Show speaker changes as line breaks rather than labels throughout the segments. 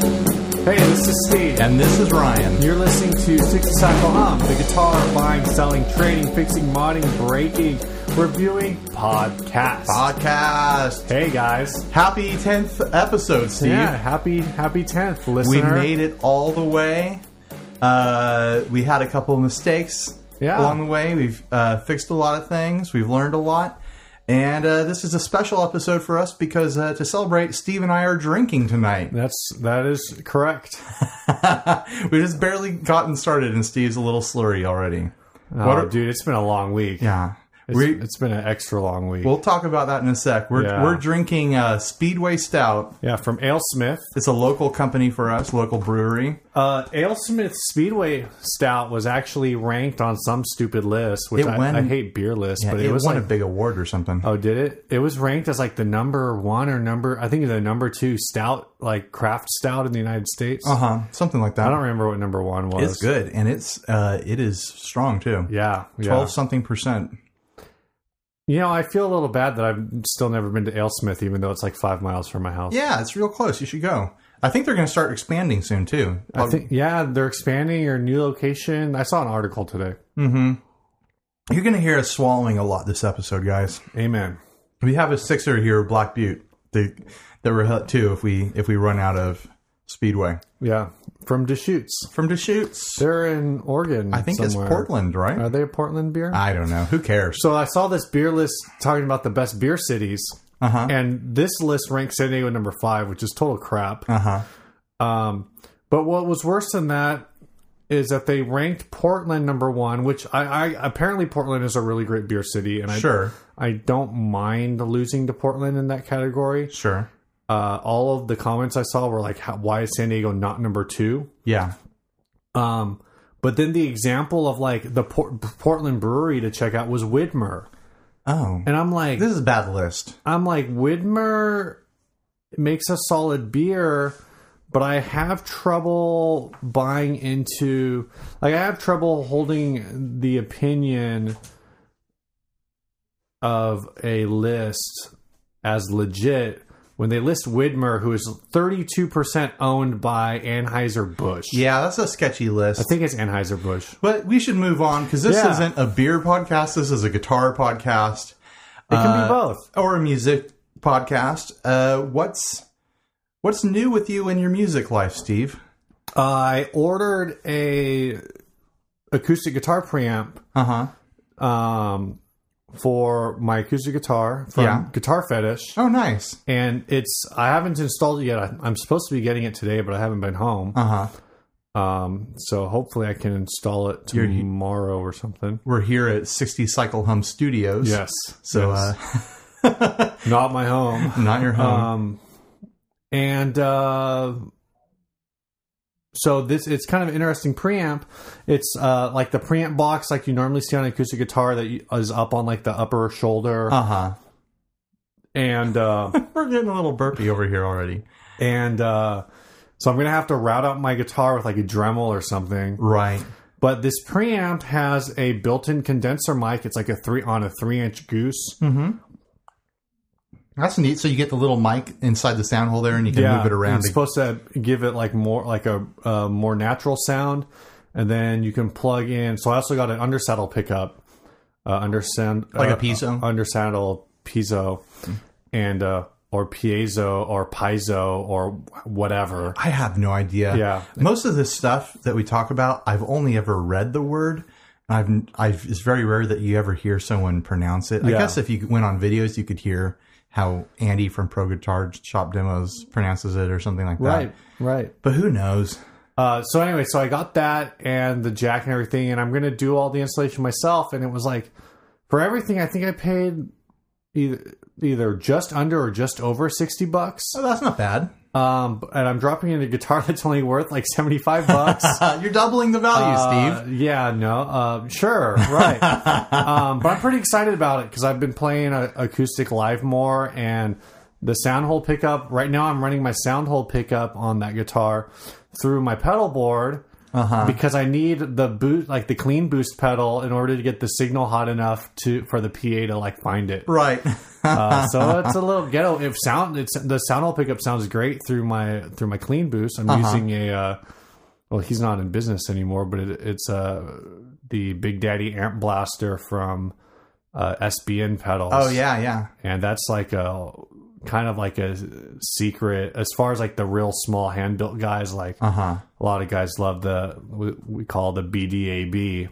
Hey, this is Steve.
And this is Ryan.
You're listening to 60 Cycle Hop, the guitar buying, selling, trading, fixing, modding, breaking, reviewing podcast.
Podcast.
hey guys.
Happy 10th episode, Steve.
Yeah, happy happy 10th,
We
listener.
made it all the way. Uh, we had a couple of mistakes
Yeah.
along the way. We've uh, fixed a lot of things. We've learned a lot. And uh, this is a special episode for us because uh, to celebrate, Steve and I are drinking tonight.
That's that is correct.
We've just barely gotten started, and Steve's a little slurry already.
Oh,
What are-
dude, it's been a long week.
Yeah.
It's,
we,
it's been an extra long week.
we'll talk about that in a sec. We're,
Yeah.
we're drinking uh, Speedway Stout.
yeah, from AleSmith.
It's a local company for us, local brewery.
Uh, AleSmith Speedway Stout was actually ranked on some stupid list, which
It
I,
went-
I hate beer lists, but it, was
won
like
a big award or something.
Oh, did it? It was ranked as like the number one or number, I think the number two stout, like craft stout in the United States.
Uh huh. Something like that.
I don't remember what number one was.
it's good, and it's uh, it is strong too.
Yeah. yeah.
Twelve something percent.
You know, I feel a little bad that I've still never been to Alesmith, even though it's like five miles from my house.
Yeah, it's real close. You should go. I think they're going to start expanding soon too.
I
Uh,
think, yeah, they're expanding your new location. I saw an article today.
You're going to hear us swallowing a lot this episode, guys.
Amen.
We have a sixer here, Black Butte, the, that we're hit too if we if we run out of Speedway
Yeah. From Deschutes.
from Deschutes.
They're in Oregon.
I think
somewhere.
it's Portland, right?
Are they a Portland beer?
I don't know. Who cares?
So I saw this beer list talking about the best beer cities,
Uh-huh.
and this list ranks San Diego number five, which is total crap.
Uh huh.
Um, but what was worse than that is that they ranked Portland number one, which I, I apparently Portland is a really great beer city, and I
Sure.
I don't mind losing to Portland in that category.
Sure.
Uh, all of the comments I saw were like, how, "Why is San Diego not number two?
Yeah.
Um, but then the example of like the Por- Portland brewery to check out was Widmer,
Oh,
and I'm like,
this is a bad list.
I'm like Widmer makes a solid beer, but I have trouble buying into like I have trouble holding the opinion of a list as legit when they list Widmer who is 32% owned by Anheuser-Busch.
Yeah, that's a sketchy list.
I think it's Anheuser-Busch.
But we should move on because this
Yeah.
isn't a beer podcast. This is a guitar podcast
It can
Uh,
be both.
or a music podcast. Uh, what's what's new with you in your music life, Steve?
I ordered a acoustic guitar preamp
Uh huh.
um, for my acoustic guitar from
Yeah.
Guitar Fetish,
Oh, nice.
and it's I haven't installed it yet. I, I'm supposed to be getting it today, but I haven't been home.
Uh huh.
Um, so hopefully I can install it
You're- you-
tomorrow or something.
We're here at 60 Cycle Hum Studios.
Yes,
So
yes. not my home.
uh, not your home.
Um, and uh, so this it's kind of an interesting preamp. It's uh, like the preamp box, like you normally see on an acoustic guitar, that you- is up on like the upper shoulder,
Uh huh.
and uh,
We're getting a little burpy over here already.
and uh, so I'm gonna have to route out my guitar with like a Dremel or something.
Right.
But this preamp has a built-in condenser mic. It's like a three on a three-inch goose.
That's neat. So you get the little mic inside the sound hole there, and you can move it around.
It's supposed to give it like more like a, a more natural sound, and then you can plug in. So I also got an undersaddle pickup, uh, undersand
Like a
uh,
piezo?
undersaddle piezo, and uh, or piezo or piezo or whatever.
I have no idea.
Yeah.
Most of this stuff that we talk about, I've only ever read the word. I've, I've, it's very rare that you ever hear someone pronounce it. I
Yeah.
guess if you went on videos, you could hear how Andy from Pro Guitar Shop Demos pronounces it or something like that.
right.
But who knows?
Uh, so anyway, so I got that and the jack and everything, and I'm gonna do all the installation myself. And it was like for everything, I think I paid either either just under or just over sixty bucks.
Oh, that's not bad.
Um, and I'm dropping in a guitar that's only worth like 75 bucks.
Uh, you're doubling the value,
Uh,
Steve.
yeah, no, uh, sure, right. um, but I'm pretty excited about it because I've been playing uh, acoustic live more, and the sound hole pickup. Right now, I'm running my sound hole pickup on that guitar through my pedal board,
Uh-huh.
because I need the boot, like the clean boost pedal, in order to get the signal hot enough to for the PA to like find it.
Right.
Uh, so it's a little ghetto. If sound, it's the sound hole pickup sounds great through my through my clean boost. I'm
Uh-huh.
using a uh, well, he's not in business anymore, but it, it's uh the Big Daddy amp blaster from uh, SBN pedals.
oh yeah, yeah.
and that's like a kind of like a secret as far as like the real small hand built guys like
Uh-huh.
a lot of guys love the we, we call the BDAB.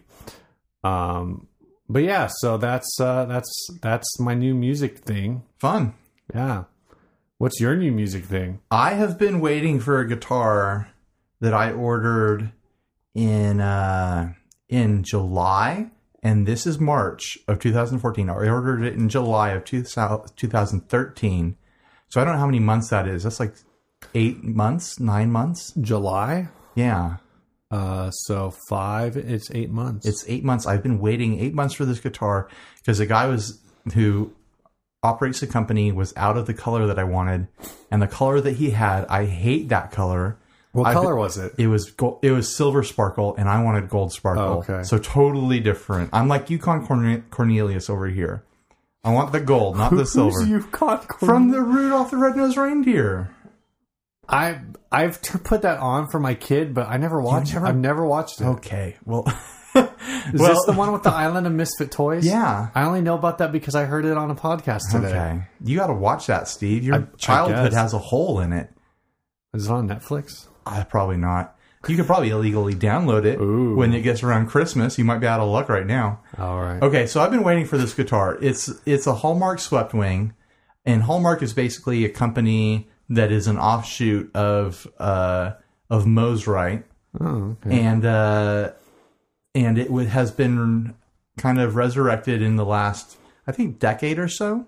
Um, but yeah, so that's uh, that's that's my new music thing.
Fun.
Yeah, what's your new music thing?
I have been waiting for a guitar that I ordered in uh, in July, and this is March of 2014. I ordered it in July of 2000 2013, so I don't know how many months that is. That's like eight months, nine months.
July.
Yeah,
Uh, so five. It's eight months.
it's eight months. I've been waiting eight months for this guitar because the guy was who operates the company was out of the color that I wanted, and the color that he had, I hate that color.
what
I've-
color was it?
It was gold, it was silver sparkle, and I wanted gold sparkle.
Oh, okay.
So totally different. I'm like Yukon Corne- Cornelius over here. I want the gold, not the silver.
Who's you've caught
From the Rudolph the Red-Nosed Reindeer.
I I've t- put that on for my kid, but I never watched.
never-
I've never watched it. Is
Okay, well,
this the one with the Island of Misfit Toys?
Yeah.
I only know about that because I heard it on a podcast today.
Okay, you got to watch that, Steve. Your
I- I
childhood
guess.
has a hole in it.
Is it on Netflix?
Uh, probably not. You could probably illegally download it
Ooh.
when it gets around Christmas. You might be out of luck right now.
All right.
Okay, so I've been waiting for this guitar. It's it's a Hallmark swept wing, and Hallmark is basically a company that is an offshoot of uh, of Mose Right,
Oh, okay.
and uh, and it would, has been kind of resurrected in the last I think decade or so.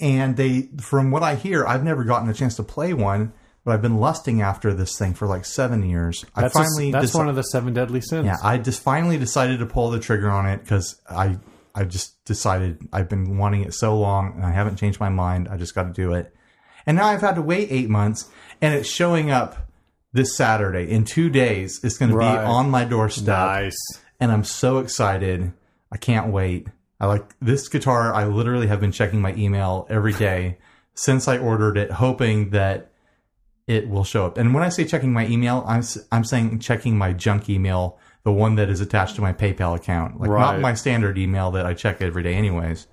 And they, from what I hear, I've never gotten a chance to play one, but I've been lusting after this thing for like seven years.
That's,
I
a-
finally
that's
deci-
one of the seven deadly sins.
yeah, I just finally decided to pull the trigger on it because I I just decided I've been wanting it so long and I haven't changed my mind. I just got to do it, and now I've had to wait eight months, and it's showing up this Saturday in two days. It's going to
Right.
be on my doorstep,
Nice.
and I'm so excited. I can't wait. I like this guitar. I literally have been checking my email every day since I ordered it, hoping that it will show up. And when I say checking my email, I'm s- I'm saying checking my junk email, the one that is attached to my PayPal account, like not
Right.
my standard email that I check every day, anyways.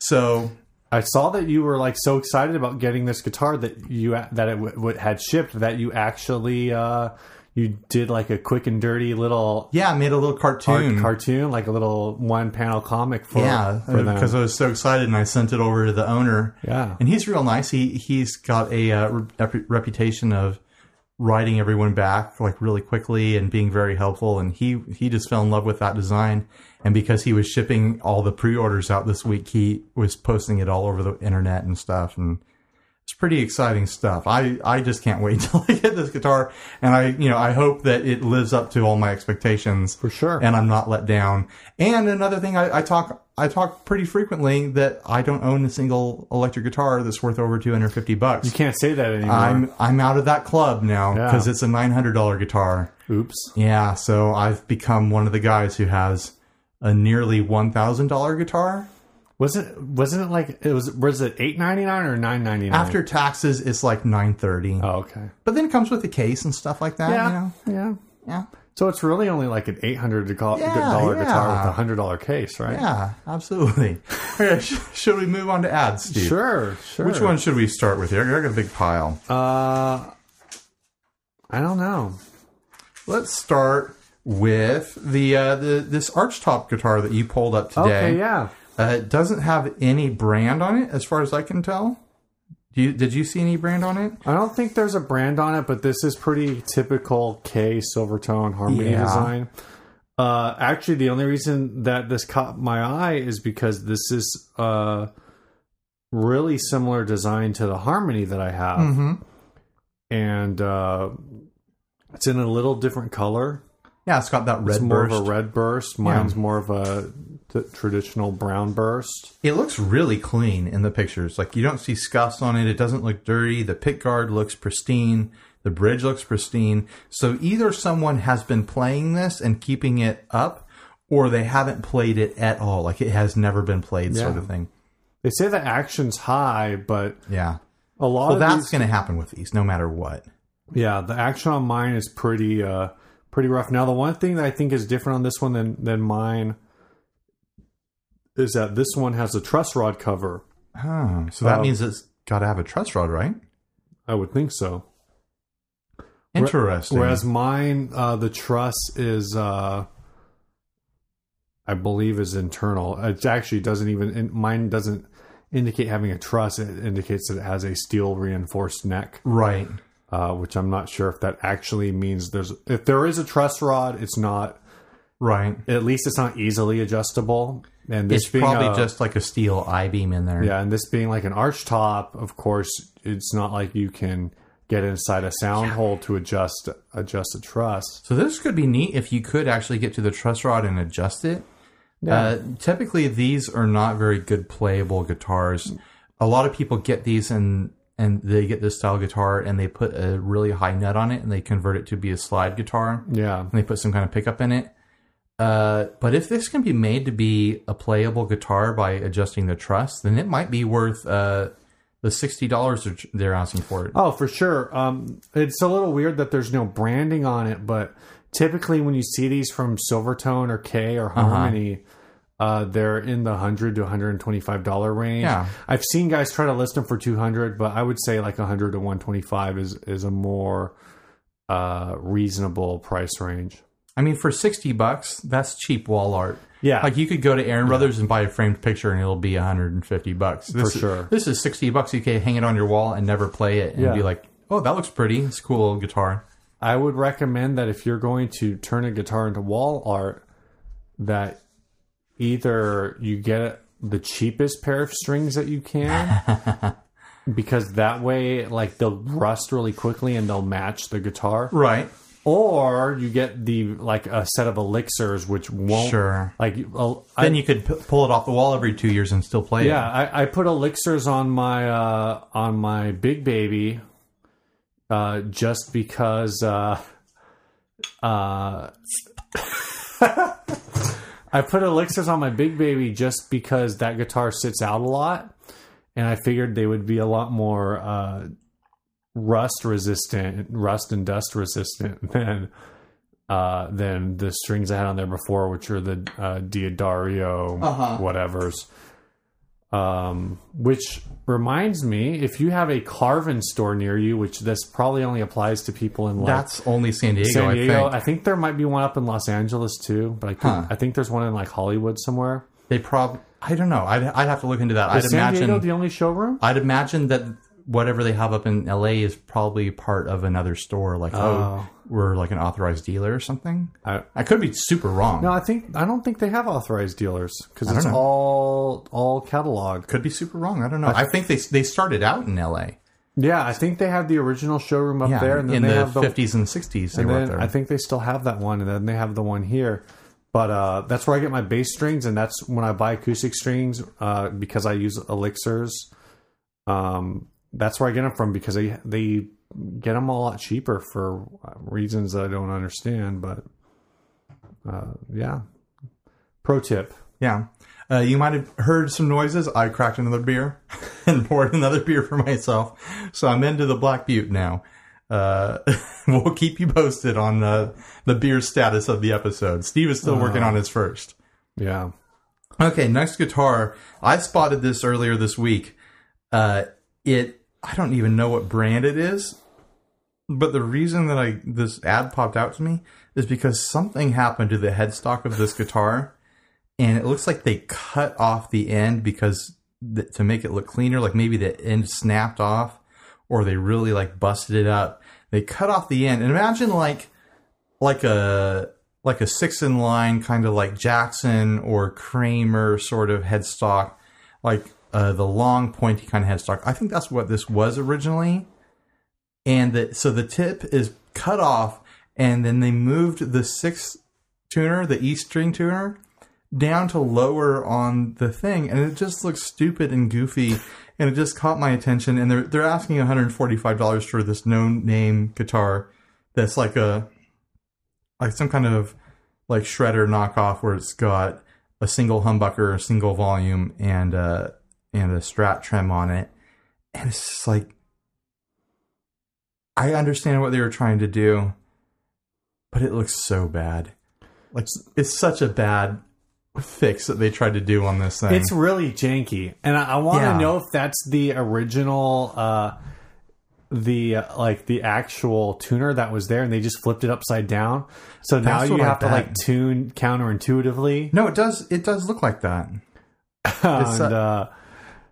So
I saw that you were like so excited about getting this guitar that you that it w- w- had shipped that you actually uh, you did like a quick and dirty little
yeah, I made a little cartoon.
cartoon, like a little one panel comic for
yeah,
for them.
because I was so excited, and I sent it over to the owner.
yeah.
and he's real nice. He he's got a uh, rep- reputation of writing everyone back like really quickly and being very helpful. And he he just fell in love with that design. And because he was shipping all the pre-orders out this week, he was posting it all over the internet and stuff. And it's pretty exciting stuff. I I just can't wait till I get this guitar. And I you know I hope that it lives up to all my expectations
for sure.
and I'm not let down. And another thing, I, I talk I talk pretty frequently that I don't own a single electric guitar that's worth over 250
you
bucks.
can't say that anymore.
I'm I'm out of that club now
Yeah.
because it's a $900 guitar.
Oops.
Yeah, so I've become one of the guys who has a nearly $1,000 guitar.
Wasn't wasn't it like it was was it eight ninety nine or nine ninety nine?
After taxes, it's like 930.
oh, okay.
But then it comes with a case and stuff like that. You know?
yeah.
Yeah.
So it's really only like an eight hundred dollar
Yeah,
guitar
yeah.
with a hundred dollar case, right?
Yeah, absolutely. Okay, sh- should we move on to ads, Steve?
Sure, sure.
Which one should we start with here? I got a big pile.
Uh, I don't know.
Let's start with the uh, the this archtop guitar that you pulled up today.
Okay, yeah.
Uh, it doesn't have any brand on it, as far as I can tell. Do you, did you see any brand on it?
I don't think there's a brand on it, but this is pretty typical K Silvertone Harmony
Yeah.
design. Uh, actually, the only reason that this caught my eye is because this is uh, really similar design to the Harmony that I have,
Mm-hmm.
and uh, it's in a little different color.
Yeah, it's got that red
It's more
burst.
of a red burst. Mine's more of a t- traditional brown burst.
It looks really clean in the pictures. Like you don't see scuffs on it. It doesn't look dirty. The pick guard looks pristine. The bridge looks pristine. So either someone has been playing this and keeping it up, or they haven't played it at all. Like it has never been played, sort
Yeah.
of thing.
They say the action's high, but
Yeah.
a lot
Well,
of
that's
these-
going to happen with these, no matter what.
yeah, the action on mine is pretty uh pretty rough. Now the one thing that I think is different on this one than than mine is that this one has a truss rod cover.
Oh, so that
Oh.
means it's got to have a truss rod, right?
I would think so.
Interesting.
Whereas mine, uh, the truss is, uh, I believe, is internal. It actually doesn't even in- mine doesn't indicate having a truss. It indicates that it has a steel reinforced neck,
right.
uh, which I'm not sure if that actually means there's. If there is a truss rod, it's not.
Right.
At least it's not easily adjustable. And this
It's
being
probably
a-
just like a steel I beam in there.
yeah, and this being like an arch top, of course, it's not like you can get inside a sound hole to adjust adjust a truss.
So this could be neat if you could actually get to the truss rod and adjust it. Uh, typically, these are not very good playable guitars. A lot of people get these and and they get this style guitar and they put a really high nut on it and they convert it to be a slide guitar
Yeah.
and they put some kind of pickup in it. Uh, but if this can be made to be a playable guitar by adjusting the truss, then it might be worth uh, the sixty dollars they're, they're asking for it.
Oh, for sure. Um, it's a little weird that there's no branding on it, but typically when you see these from Silvertone or K or
Uh-huh.
Harmony, uh they're in the hundred to hundred and twenty-five dollar range.
Yeah.
I've seen guys try to list them for two hundred, but I would say like hundred to one twenty-five is is a more uh, reasonable price range.
I mean, for sixty bucks, that's cheap wall art.
Yeah,
Like you could go to Aaron Brothers and buy a framed picture, and it'll be 150 bucks. This is-
sure.
this is 60 bucks. You can hang it on your wall and never play it, and
Yeah.
be like, "Oh, that looks pretty. It's a cool little guitar."
I would recommend that if you're going to turn a guitar into wall art, that either you get the cheapest pair of strings that you can, because that way, like they'll rust really quickly and they'll match the guitar,
Right.
or you get the like a set of elixirs which won't
Sure.
like. el- I-
Then you could p- pull it off the wall every two years and still play
yeah,
it.
I, I put elixirs on my uh, on my big baby, uh, just because. Uh, uh, I put elixirs on my big baby just because that guitar sits out a lot, and I figured they would be a lot more uh, rust resistant, rust and dust resistant than. Uh, than the strings I had on there before, which are the uh, Diodario
Uh-huh.
whatever's. Um, which reminds me, if you have a Carvin store near you, which this probably only applies to people in like
That's only San Diego,
San Diego,
I
I
think.
think. there might be one up in Los Angeles too, but I, could, I think there's one in like Hollywood somewhere.
They probably. I don't know. I'd, I'd have to look into that. I'd
Is San
imagine.
Diego the only showroom?
I'd imagine that whatever they have up in LA is probably part of another store. Like, oh, we're like an authorized dealer or something.
I-
I could be super wrong.
No, I think I don't think they have authorized dealers because it's
know.
all all catalog.
could be super wrong. I don't know. I think they they started out in L.A.
Yeah, I think they have the original showroom up
Yeah,
there, and then
in
they
the
have the
50s and 60s they
and
were up
then
there.
I think they still have that one, and then they have the one here. But uh, that's where I get my bass strings, and that's when I buy acoustic strings uh, because I use elixirs. Um, that's where I get them from because they they get them a lot cheaper for uh, reasons that I don't understand. But uh, yeah, pro tip.
yeah. Uh, you might have heard some noises. I cracked another beer and poured another beer for myself. So I'm into the Black Butte now. Uh, we'll keep you posted on the, the beer status of the episode. Steve is still working on his first.
Yeah,
Okay, next guitar. I spotted this earlier this week. Uh, it I don't even know what brand it is, but the reason that I this ad popped out to me is because something happened to the headstock of this guitar, and it looks like they cut off the end because th- to make it look cleaner, like maybe the end snapped off, or they really like busted it up. They cut off the end, and imagine like like a like a six in line kind of like Jackson or Kramer sort of headstock, like uh, the long pointy kind of headstock. I think that's what this was originally, and that so the tip is cut off, and then they moved the sixth tuner, the E string tuner, down to lower on the thing, and it just looks stupid and goofy, and it just caught my attention. And they're they're asking one hundred forty five dollars for this no name guitar that's like a like some kind of like shredder knockoff where it's got a single humbucker, a single volume, and uh and a Strat trim on it, and it's just like I understand what they were trying to do, but it looks so bad. Like it's such a bad fix that they tried to do on this thing.
It's really janky, and I, I want to
Yeah.
know if that's the original, uh, the uh, like the actual tuner that was there, and they just flipped it upside down. So now
That's
you
what I
have to
bet.
like tune counterintuitively,
no, it does it does look like that.
and uh,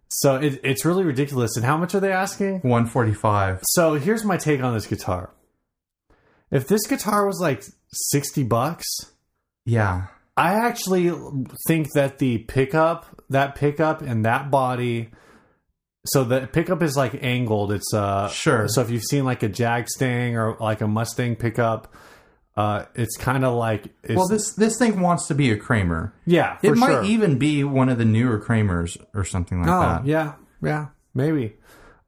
so it, it's really ridiculous. And how much are they asking?
One forty five.
So here's my take on this guitar. If this guitar was like sixty bucks,
Yeah.
I actually think that the pickup, that pickup and that body, so the pickup is like angled. It's uh
Sure.
So if you've seen like a Jag Stang or like a Mustang pickup, uh, it's kind of like it's,
Well, this this thing wants to be a Kramer.
yeah, for
it might
sure.
even be one of the newer Kramers or something like
oh
that.
yeah, yeah, maybe.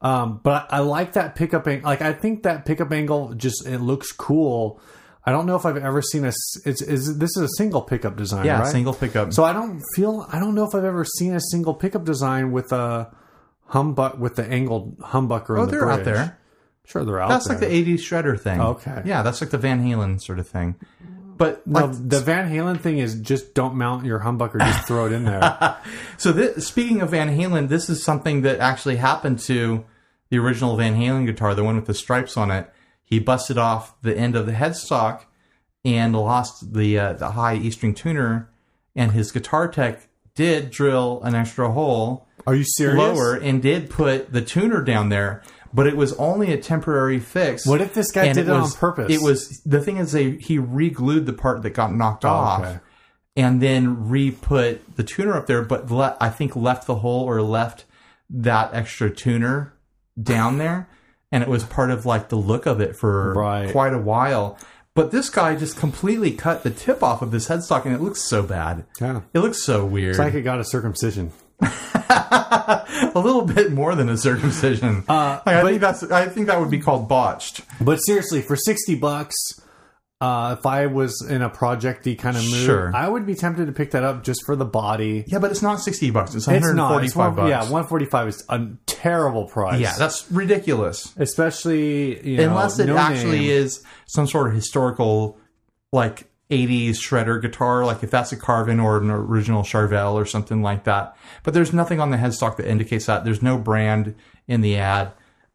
Um, but I like that pickup angle. Like I think that pickup angle just it looks cool. I don't know if I've ever seen a. s- It's is this is a single pickup design,
Yeah,
right?
single pickup.
So I don't feel I don't know if I've ever seen a single pickup design with a humbuck with the angled humbucker.
oh,
in the
they're out
bridge.
there.
Sure, they're out
That's
there.
like the '80s shredder thing.
Okay.
Yeah, that's like the Van Halen sort of thing. But
No,
like,
the Van Halen thing is just don't mount your humbucker, just throw it in there.
So, this, speaking of Van Halen, this is something that actually happened to the original Van Halen guitar, the one with the stripes on it. He busted off the end of the headstock and lost the uh, the high E string tuner, and his guitar tech did drill an extra hole
Are you serious?
lower and did put the tuner down there, but it was only a temporary fix.
What if this guy
And
did it on
was-
purpose?
It was the thing is they he re-glued the part that got knocked off,
Oh, okay.
and then re-put the tuner up there, but le- I think left the hole or left that extra tuner down there, and it was part of like the look of it for
Right.
quite a while. But this guy just completely cut the tip off of this headstock, and it looks so bad.
Yeah.
It looks so weird.
It's like it got a circumcision.
a little bit more than a circumcision.
Uh,
Like, I think that's. I think that would be called botched.
But seriously, for sixty bucks, uh, if I was in a projecty kind of mood,
Sure.
I would be tempted to pick that up just for the body.
Yeah, but it's not sixty bucks. It's one
It's
hundred
not. It's
forty-five
one-
bucks.
Yeah, one forty-five is a terrible price.
yeah, that's ridiculous.
especially you know,
Unless it
no
actually
name.
is some sort of historical, like '80s shredder guitar. Like if that's a Carvin or an original Charvel or something like that. But there's nothing on the headstock that indicates that. There's no brand in the ad.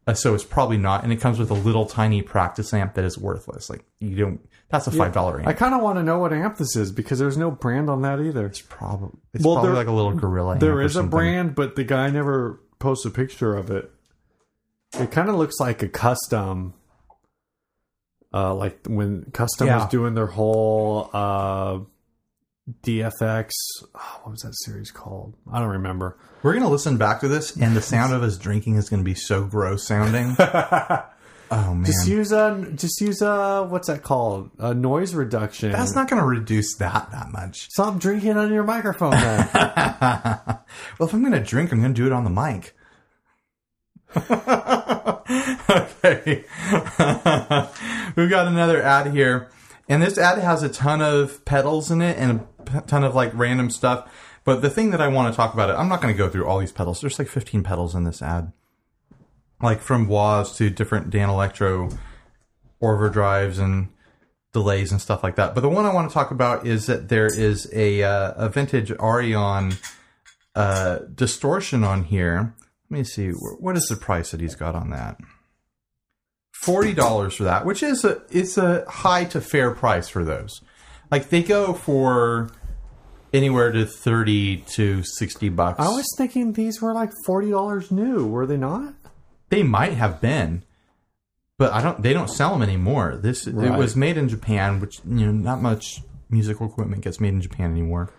uh, So it's probably not, and it comes with a little tiny practice amp that is worthless. Like you don't. That's a five dollar amp.
I kind of want to know what amp this is because there's no brand on that either.
It's probably it's
Well,
probably
there-
like a little gorilla.
There
amp or
is a
something.
brand, but the guy never posts a picture of it. It kind of looks like a custom, uh, like when custom
Yeah.
was doing their whole uh, DFX. oh, what was that series called? I don't remember.
We're gonna listen back to this, and the sound of us drinking is gonna be so gross sounding. oh man,
Just use a just use a what's that called? A noise reduction.
that's not gonna reduce that that much.
Stop drinking on your microphone. Then.
Well, if I'm gonna drink, I'm gonna do it on the mic. okay, we've got another ad here, and this ad has a ton of pedals in it and a p- ton of like random stuff. But the thing that I want to talk about it, I'm not gonna go through all these pedals. There's like 15 pedals in this ad. like from Waz to different Dan Electro overdrives and delays and stuff like that. But the one I want to talk about is that there is a uh, a vintage Arion uh, distortion on here. Let me see wh- what is the price that he's got on that. Forty dollars for that, which is a it's a high to fair price for those. Like they go for anywhere to thirty to sixty bucks.
I was thinking these were like forty dollars new. Were they not?
they might have been but i don't they don't sell them anymore this it
Right.
was made in japan which you know not much musical equipment gets made in japan anymore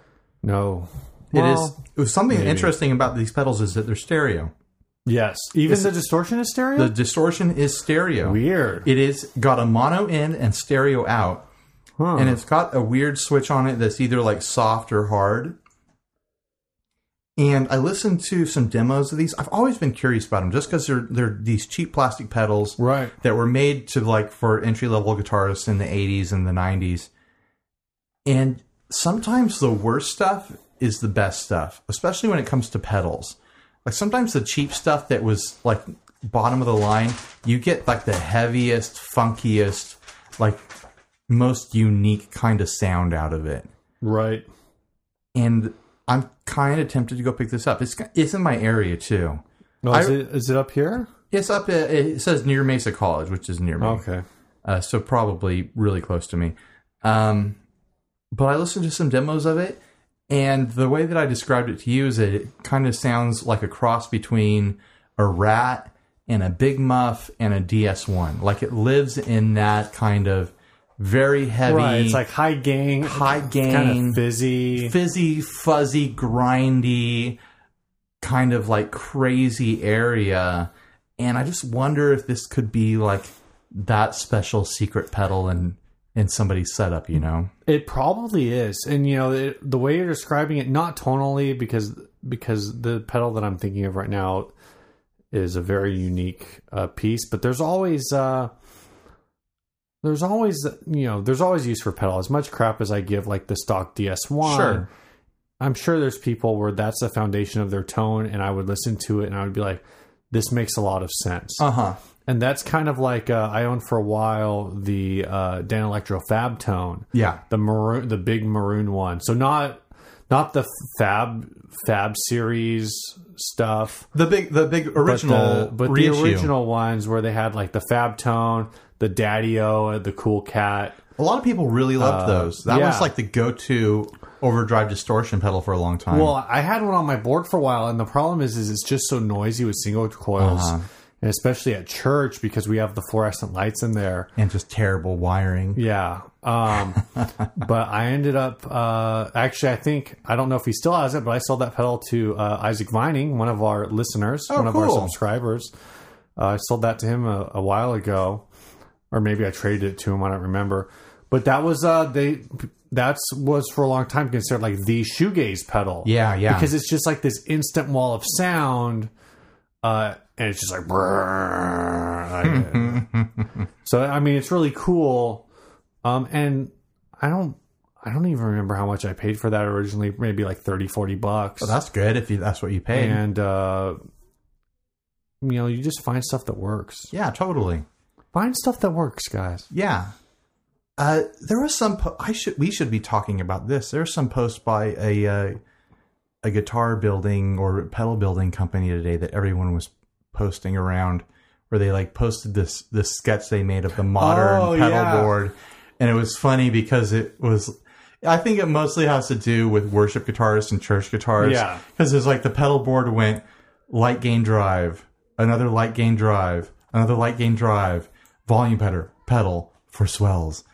No.
it is it was something interesting about these pedals is that they're stereo
Yes. Even the distortion is stereo.
the distortion is stereo
Weird.
it is got a mono in and stereo out
Huh.
and it's got a weird switch on it that's either like soft or hard. And I listened to some demos of these. I've always been curious about them just because they're they're these cheap plastic pedals
right.
that were made to like for entry level guitarists in the 80s and the 90s. And sometimes the worst stuff is the best stuff, especially when it comes to pedals. Like sometimes the cheap stuff that was like bottom of the line, you get like the heaviest, funkiest, like most unique kind of sound out of it.
Right.
And I'm kind of tempted to go pick this up. It's it's in my area too.
No, Oh, is,
I-
it, is it up here?
It's up. At, it says near Mesa College, which is near me.
Okay.
uh, so probably really close to me. Um, but I listened to some demos of it, and the way that I described it to you is that it kind of sounds like a cross between a rat and a big muff and a DS1. Like it lives in that kind of very heavy,
Right. It's like high gain,
high gain,
kind of fizzy.
fizzy, fuzzy, grindy, kind of like crazy area. And I just wonder if this could be like that special secret pedal in in somebody's setup, you know?
It probably is, and you know it, the way you're describing it, not tonally, because because the pedal that I'm thinking of right now is a very unique uh, piece. But there's always uh, there's always you know there's always use for pedal. As much crap as I give like the stock DS1,
Sure.
I'm sure there's people where that's the foundation of their tone, and I would listen to it and I would be like, this makes a lot of sense.
Uh huh.
and that's kind of like uh, I owned for a while the uh, Dan Electro Fab Tone
Yeah.
the maroon the big maroon one so not not the fab fab series stuff
The big the big
but
original
the, but
reissue.
the original ones where they had like the fab tone the daddy o the cool cat
A lot of people really loved those. That
Uh, yeah.
was like the go to overdrive distortion pedal for a long time.
well i had one on my board for a while and the problem is is it's just so noisy with single coils
Uh-huh.
and especially at church because we have the fluorescent lights in there
and just terrible wiring.
Yeah. Um, but I ended up uh, actually, I think I don't know if he still has it, but I sold that pedal to uh, Isaac Vining, one of our listeners,
Oh,
one of our
cool.
subscribers. Uh, I sold that to him a, a while ago, or maybe I traded it to him. I don't remember. But that was uh, they that's was for a long time considered like the shoegaze pedal.
Yeah, yeah.
because it's just like this instant wall of sound. Uh, and it's just like, brrrr. Like, so I mean, it's really cool. Um, and I don't, I don't even remember how much I paid for that originally. Maybe like 30, 40 bucks.
Well, that's good if you, that's what you paid.
and, uh, you know, you just find stuff that works.
yeah, totally.
Find stuff that works, guys.
Yeah. Uh, there was some. Po- I should. We should be talking about this. There's some post by a uh, a guitar building or pedal building company today that everyone was posting around, where they like posted this this sketch they made of the modern
Oh,
pedal
yeah.
board, and it was funny because it was. I think it mostly has to do with worship guitarists and church guitarists.
Yeah.
because it's like the pedal board went light gain drive, another light gain drive, another light gain drive, volume pedal, pedal for swells,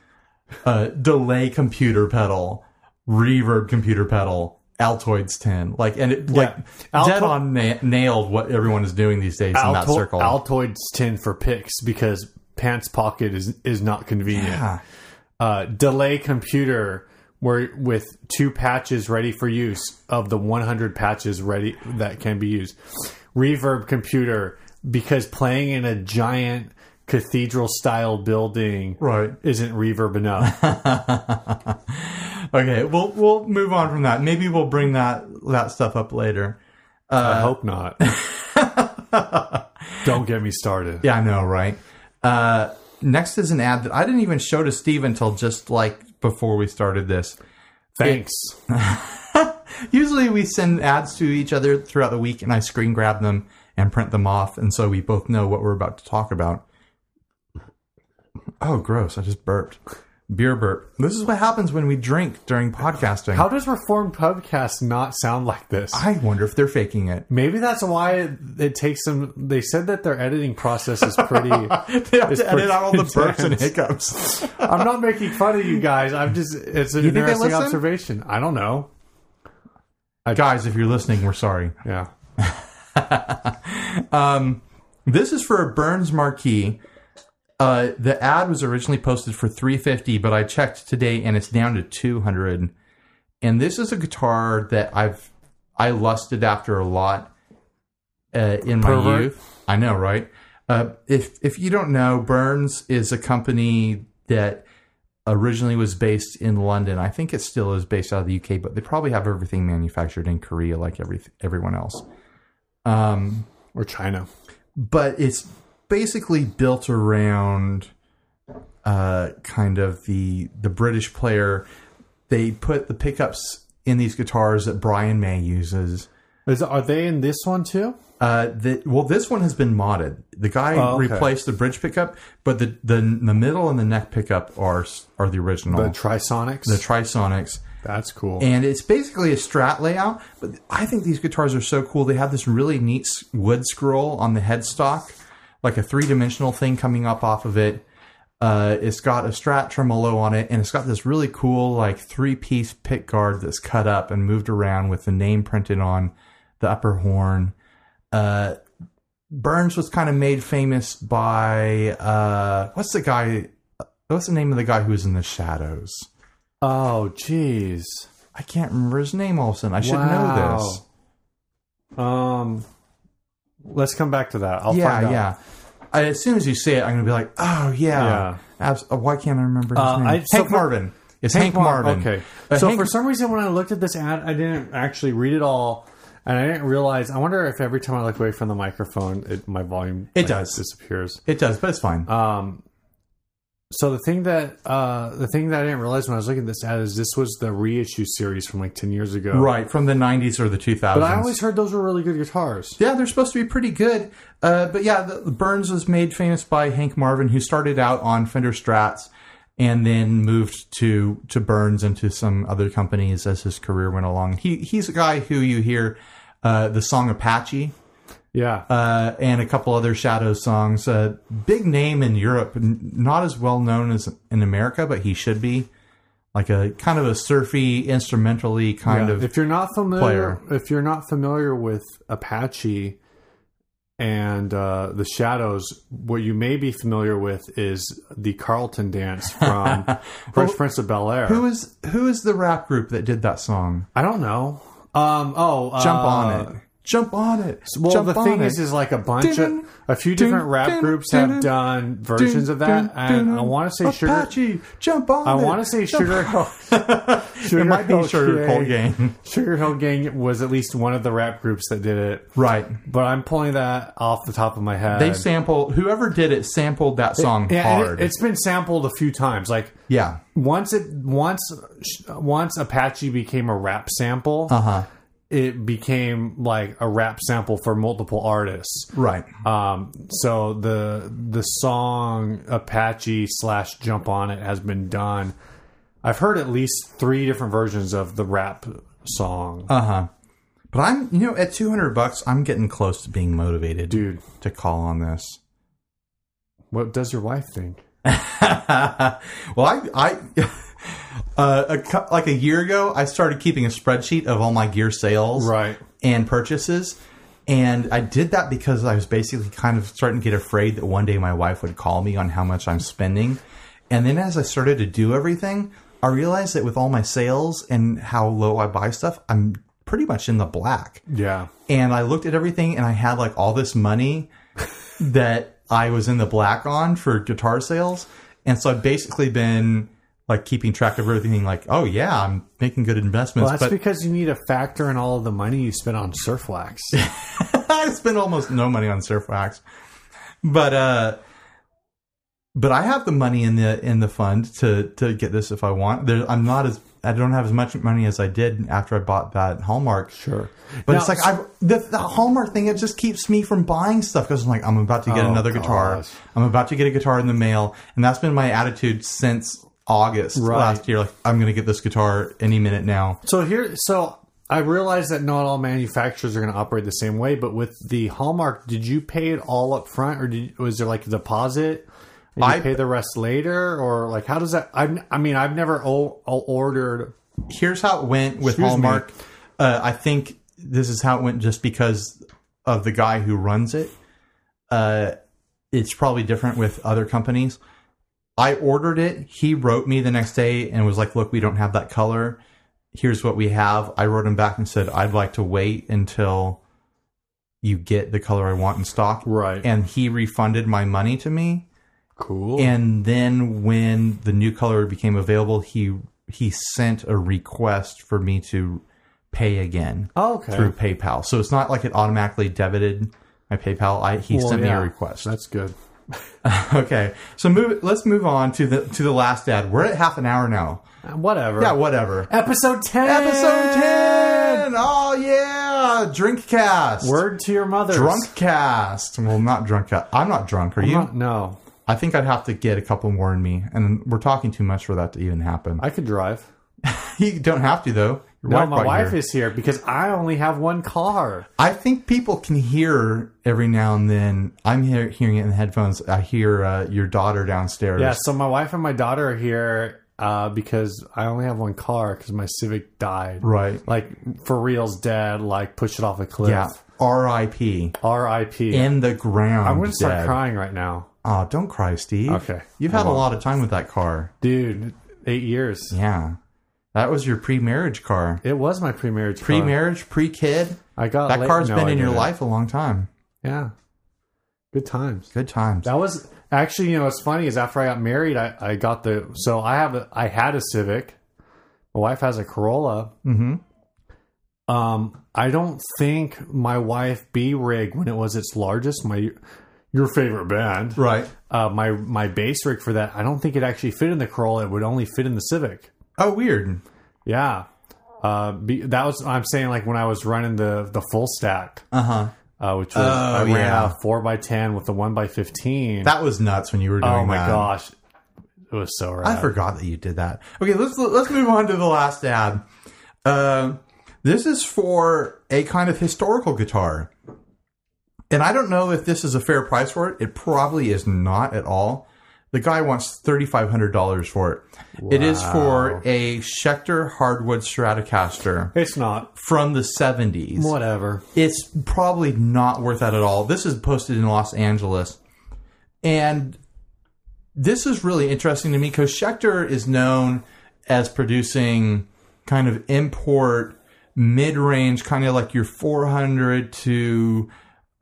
uh, delay computer pedal, reverb computer pedal, Altoids 10. Like, and it, like,
Alto-
dead on na- nailed what everyone is doing these days in that
Alto-
circle.
Altoids 10 for picks because pants pocket is, is not convenient.
Yeah.
Uh, delay computer where with two patches ready for use of the 100 patches ready that can be used. Reverb computer because playing in a giant cathedral style building
Right.
isn't reverb enough.
Okay. We'll, we'll move on from that. Maybe we'll bring that, that stuff up later.
I hope not. Don't get me started.
Yeah, I know, right? Uh, next is an ad that I didn't even show to Steve until just like before we started this.
Thanks.
Usually we send ads to each other throughout the week and I screen grab them and print them off. And so we both know what we're about to talk about. Oh, gross. I just burped. Beer burp. This is what happens when we drink during podcasting.
How does Reformed Pubcast not sound like this?
I wonder if they're faking it.
Maybe that's why it, it takes them. They said that their editing process is pretty. I'm
They have to edit
pretty
out all the burps and
intense.
hiccups.
not making fun of you guys. I'm just. It's an
they
interesting
listen?
observation. I don't know.
Guys, if you're listening, we're sorry.
Yeah.
This is for a Burns Marquee. Uh, the ad was originally posted for 350, but I checked today and it's down to 200. And this is a guitar that I've I lusted after a lot uh, in my
Pervert.
youth. I know, right? Uh, if if you don't know, Burns is a company that originally was based in London. I think it still is based out of the UK, but they probably have everything manufactured in Korea, like every everyone else. Um,
or China.
but it's basically built around uh, kind of the the British player. They put the pickups in these guitars that Brian May uses.
Is are they in this one too?
Uh, the, well, this one has been modded. The guy
Oh, okay.
replaced the bridge pickup, but the, the the middle and the neck pickup are s- are the original,
The
the,
Trisonics.
Trisonics.
That's cool.
And it's basically a strat layout, but I think these guitars are so cool. They have this really neat s- wood scroll on the headstock, like a three dimensional thing coming up off of it. Uh, it's got a strat tremolo on it, and it's got this really cool, like three piece pick guard that's cut up and moved around with the name printed on the upper horn. Uh, Burns was kind of made famous by uh, what's the guy? What's the name of the guy who was in the Shadows?
oh, jeez.
I can't remember his name. All of a sudden, I should know
Wow.
this.
Um, let's come back to that. I'll
yeah,
find out.
yeah. I, as soon as you say it, I'm gonna be like, oh yeah.
Yeah.
Abs- uh, why can't I remember his
Uh,
name?
I-
Hank
so for-
Marvin. It's Hank,
Mar-
Marvin.
Okay.
Uh,
so
Hank-
for some reason, when I looked at this ad, I didn't actually read it all, and I didn't realize. I wonder if every time I look away from the microphone, it, my volume
It does.
disappears.
it does, but it's fine.
Um, so the thing that uh, the thing that I didn't realize when I was looking at this ad is this was the reissue series from like ten years ago.
right from the 90s or the 2000s.
But I always heard those were really good guitars.
yeah, they're supposed to be pretty good. Uh, but yeah, the, the Burns was made famous by Hank Marvin, who started out on Fender Strats and then moved to to Burns and to some other companies as his career went along. He he's a guy who you hear uh, the song Apache.
Yeah.
uh, and a couple other Shadow songs. Uh, big name in Europe, n- not as well known as in America, but he should be. Like a kind of a surfy, instrumentally kind
Yeah.
of.
if you're not familiar,
player.
if you're not familiar with Apache and uh, the Shadows, what you may be familiar with is the Carlton dance from Fresh Prince of Bel Air.
who is who is the rap group that did that song?
I don't know. Um, oh, uh,
Jump on it! Jump on it!
Well,
Jump
the
on
thing
it.
is, is like a bunch
Dun-dun,
of a few different rap
dun-dun,
groups
dun-dun,
have done versions of that,
Dun, dun,
and I want to say Sugar.
Apache, jump on
I
it.
want to say Sugar. Sugar
It might be
Hill
Sugar Hill Gang,
Sugar Hill Gang was at least one of the rap groups that did it.
right?
but I'm pulling that off the top of my head.
They sampled whoever did it sampled that song
yeah, and
hard.
it, it's been sampled a few times. Like
yeah,
once it once once Apache became a rap sample,
uh huh,
it became like a rap sample for multiple artists.
right.
Um, so the the song Apache slash Jump on It has been done. I've heard at least three different versions of the rap song.
Uh huh. But I'm, you know, at 200 bucks, I'm getting close to being motivated
Dude,
to call on this.
what does your wife think?
well, I, I, uh, a, cou- like a year ago, I started keeping a spreadsheet of all my gear sales
Right.
and purchases. And I did that because I was basically kind of starting to get afraid that one day my wife would call me on how much I'm spending. And then as I started to do everything, I realized that with all my sales and how low I buy stuff, I'm pretty much in the black.
Yeah.
and I looked at everything and I had like all this money that I was in the black on for guitar sales. And so I've basically been like keeping track of everything like, oh yeah, I'm making good investments.
Well, that's
but
because you need a factor in all of the money you spent on Surflax.
I spent almost no money on surf wax. But uh but I have the money in the in the fund to to get this if I want. There, I'm not as I don't have as much money as I did after I bought that Hallmark.
sure.
But
Now-
it's like I the, the Hallmark thing. It just keeps me from buying stuff because I'm like I'm about to get
Oh,
another guitar.
gosh.
I'm about to get a guitar in the mail, and that's been my attitude since August
Right.
last year. Like I'm going to get this guitar any minute now.
so here, so I realize that not all manufacturers are going to operate the same way, but with the Hallmark, did you pay it all up front or did, was there like a deposit? And you
I-
pay the rest later, or like how does that? I've, I mean, I've never o- o- ordered.
Here's how it went with
Excuse me.
Hallmark. Uh, I think this is how it went just because of the guy who runs it. Uh, it's probably different with other companies. I ordered it. He wrote me the next day and was like, "Look, we don't have that color. Here's what we have." I wrote him back and said, "I'd like to wait until you get the color I want in stock."
Right.
And he refunded my money to me.
Cool.
And then when the new color became available, he he sent a request for me to pay again
oh, okay.
through PayPal. So it's not like it automatically debited my PayPal. I he
Well,
sent me
yeah.
a request.
That's good.
Okay, so move. Let's move on to the to the last ad. We're at half an hour now.
Uh, Whatever.
Yeah, whatever.
Episode 10.
Episode ten. Oh yeah, drink cast.
Word to your mother.
drunk cast. Well, not drunk. ca- I'm not drunk. Are you?
No.
I think I'd have to get a couple more in me, and we're talking too much for that to even happen.
I could drive.
you don't have to though. Your
No,
wife
my
brought you
wife
here.
is here because I only have one car.
I think people can hear every now and then. I'm hear, hearing it in the headphones. I hear uh, your daughter downstairs.
Yeah, so my wife and my daughter are here uh, because I only have one car because my Civic died.
Right.
Like, for real's dead, like, push it off a cliff.
Yeah. R.I.P.
R.I.P.
In the ground.
I'm going to start
dead.
crying right now.
Oh, don't cry, Steve.
Okay.
You've had a lot of time with that car.
Dude, eight years.
Yeah. That was your pre marriage car.
It was my pre-marriage car.
Pre marriage, pre kid.
I got
That
late-
car's
uh, no,
been
I
in your
didn't.
life a long time.
Yeah, good times.
Good times.
That was actually, you know, what's funny is after I got married, I, I got the so I have a, I had a Civic. My wife has a Corolla.
Mhm.
Um, I don't think my wife B rig when it was its largest. My your favorite band,
Right.
uh, my my bass rig for that. I don't think it actually fit in the Corolla. It would only fit in the Civic.
Oh, weird.
Yeah. Uh, be, that was I'm saying like when I was running the the full stack,
Uh huh.
uh, which was
Oh,
I ran
yeah.
a four by ten with the one by fifteen.
That was nuts when you were doing
oh my
that.
gosh, it was so rad.
I forgot that you did that. Okay, let's let's move on to the last ad. Uh, this is for a kind of historical guitar, and I don't know if this is a fair price for it. It probably is not at all. The guy wants thirty five hundred dollars for it. It is for a Schecter hardwood Stratocaster
It's not
from the seventies.
whatever.
It's probably not worth that at all. This is posted in Los Angeles. And this is really interesting to me because Schecter is known as producing kind of import mid range, kind of like your 400 to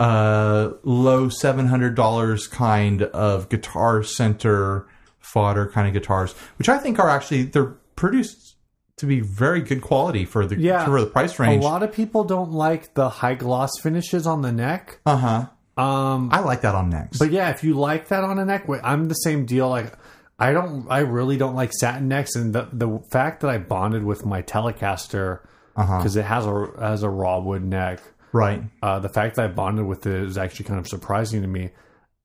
uh, low $700 kind of guitar center fodder kind of guitars, which I think are actually, they're produced to be very good quality for the,
Yeah.
for the price
A
range.
lot of people don't like the high gloss finishes on the neck.
Uh huh.
Um,
I like that on next.
but yeah, if you like that on a neck, wait, I'm the same deal. Like, I don't, I really don't like satin necks, and the the fact that I bonded with my Telecaster because it has a has a raw wood neck.
right.
Uh, the fact that I bonded with it is actually kind of surprising to me,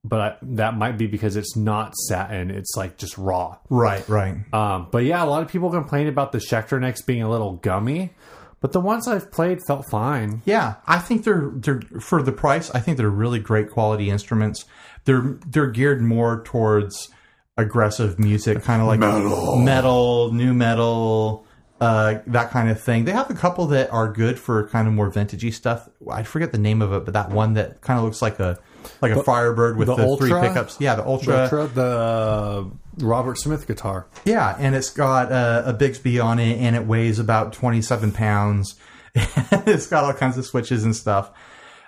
but I, that might be because it's not satin; it's like just raw.
Right, right.
Um, but yeah, a lot of people complain about the Schecter necks being a little gummy, but the ones I've played felt fine.
Yeah, I think they're they're for the price, I think they're really great quality instruments. They're they're geared more towards aggressive music, kind of like metal, metal, new metal, uh, that kind of thing. They have a couple that are good for kind of more vintagey stuff. I forget the name of it, but that one that kind of looks like a like a Firebird with
the
the, three
Ultra?
pickups. Yeah, the uh, Ultra.
Ultra, the Robert Smith guitar.
Yeah, and it's got uh, a Bixby on it, and it weighs about 27 pounds. it's got all kinds of switches and stuff.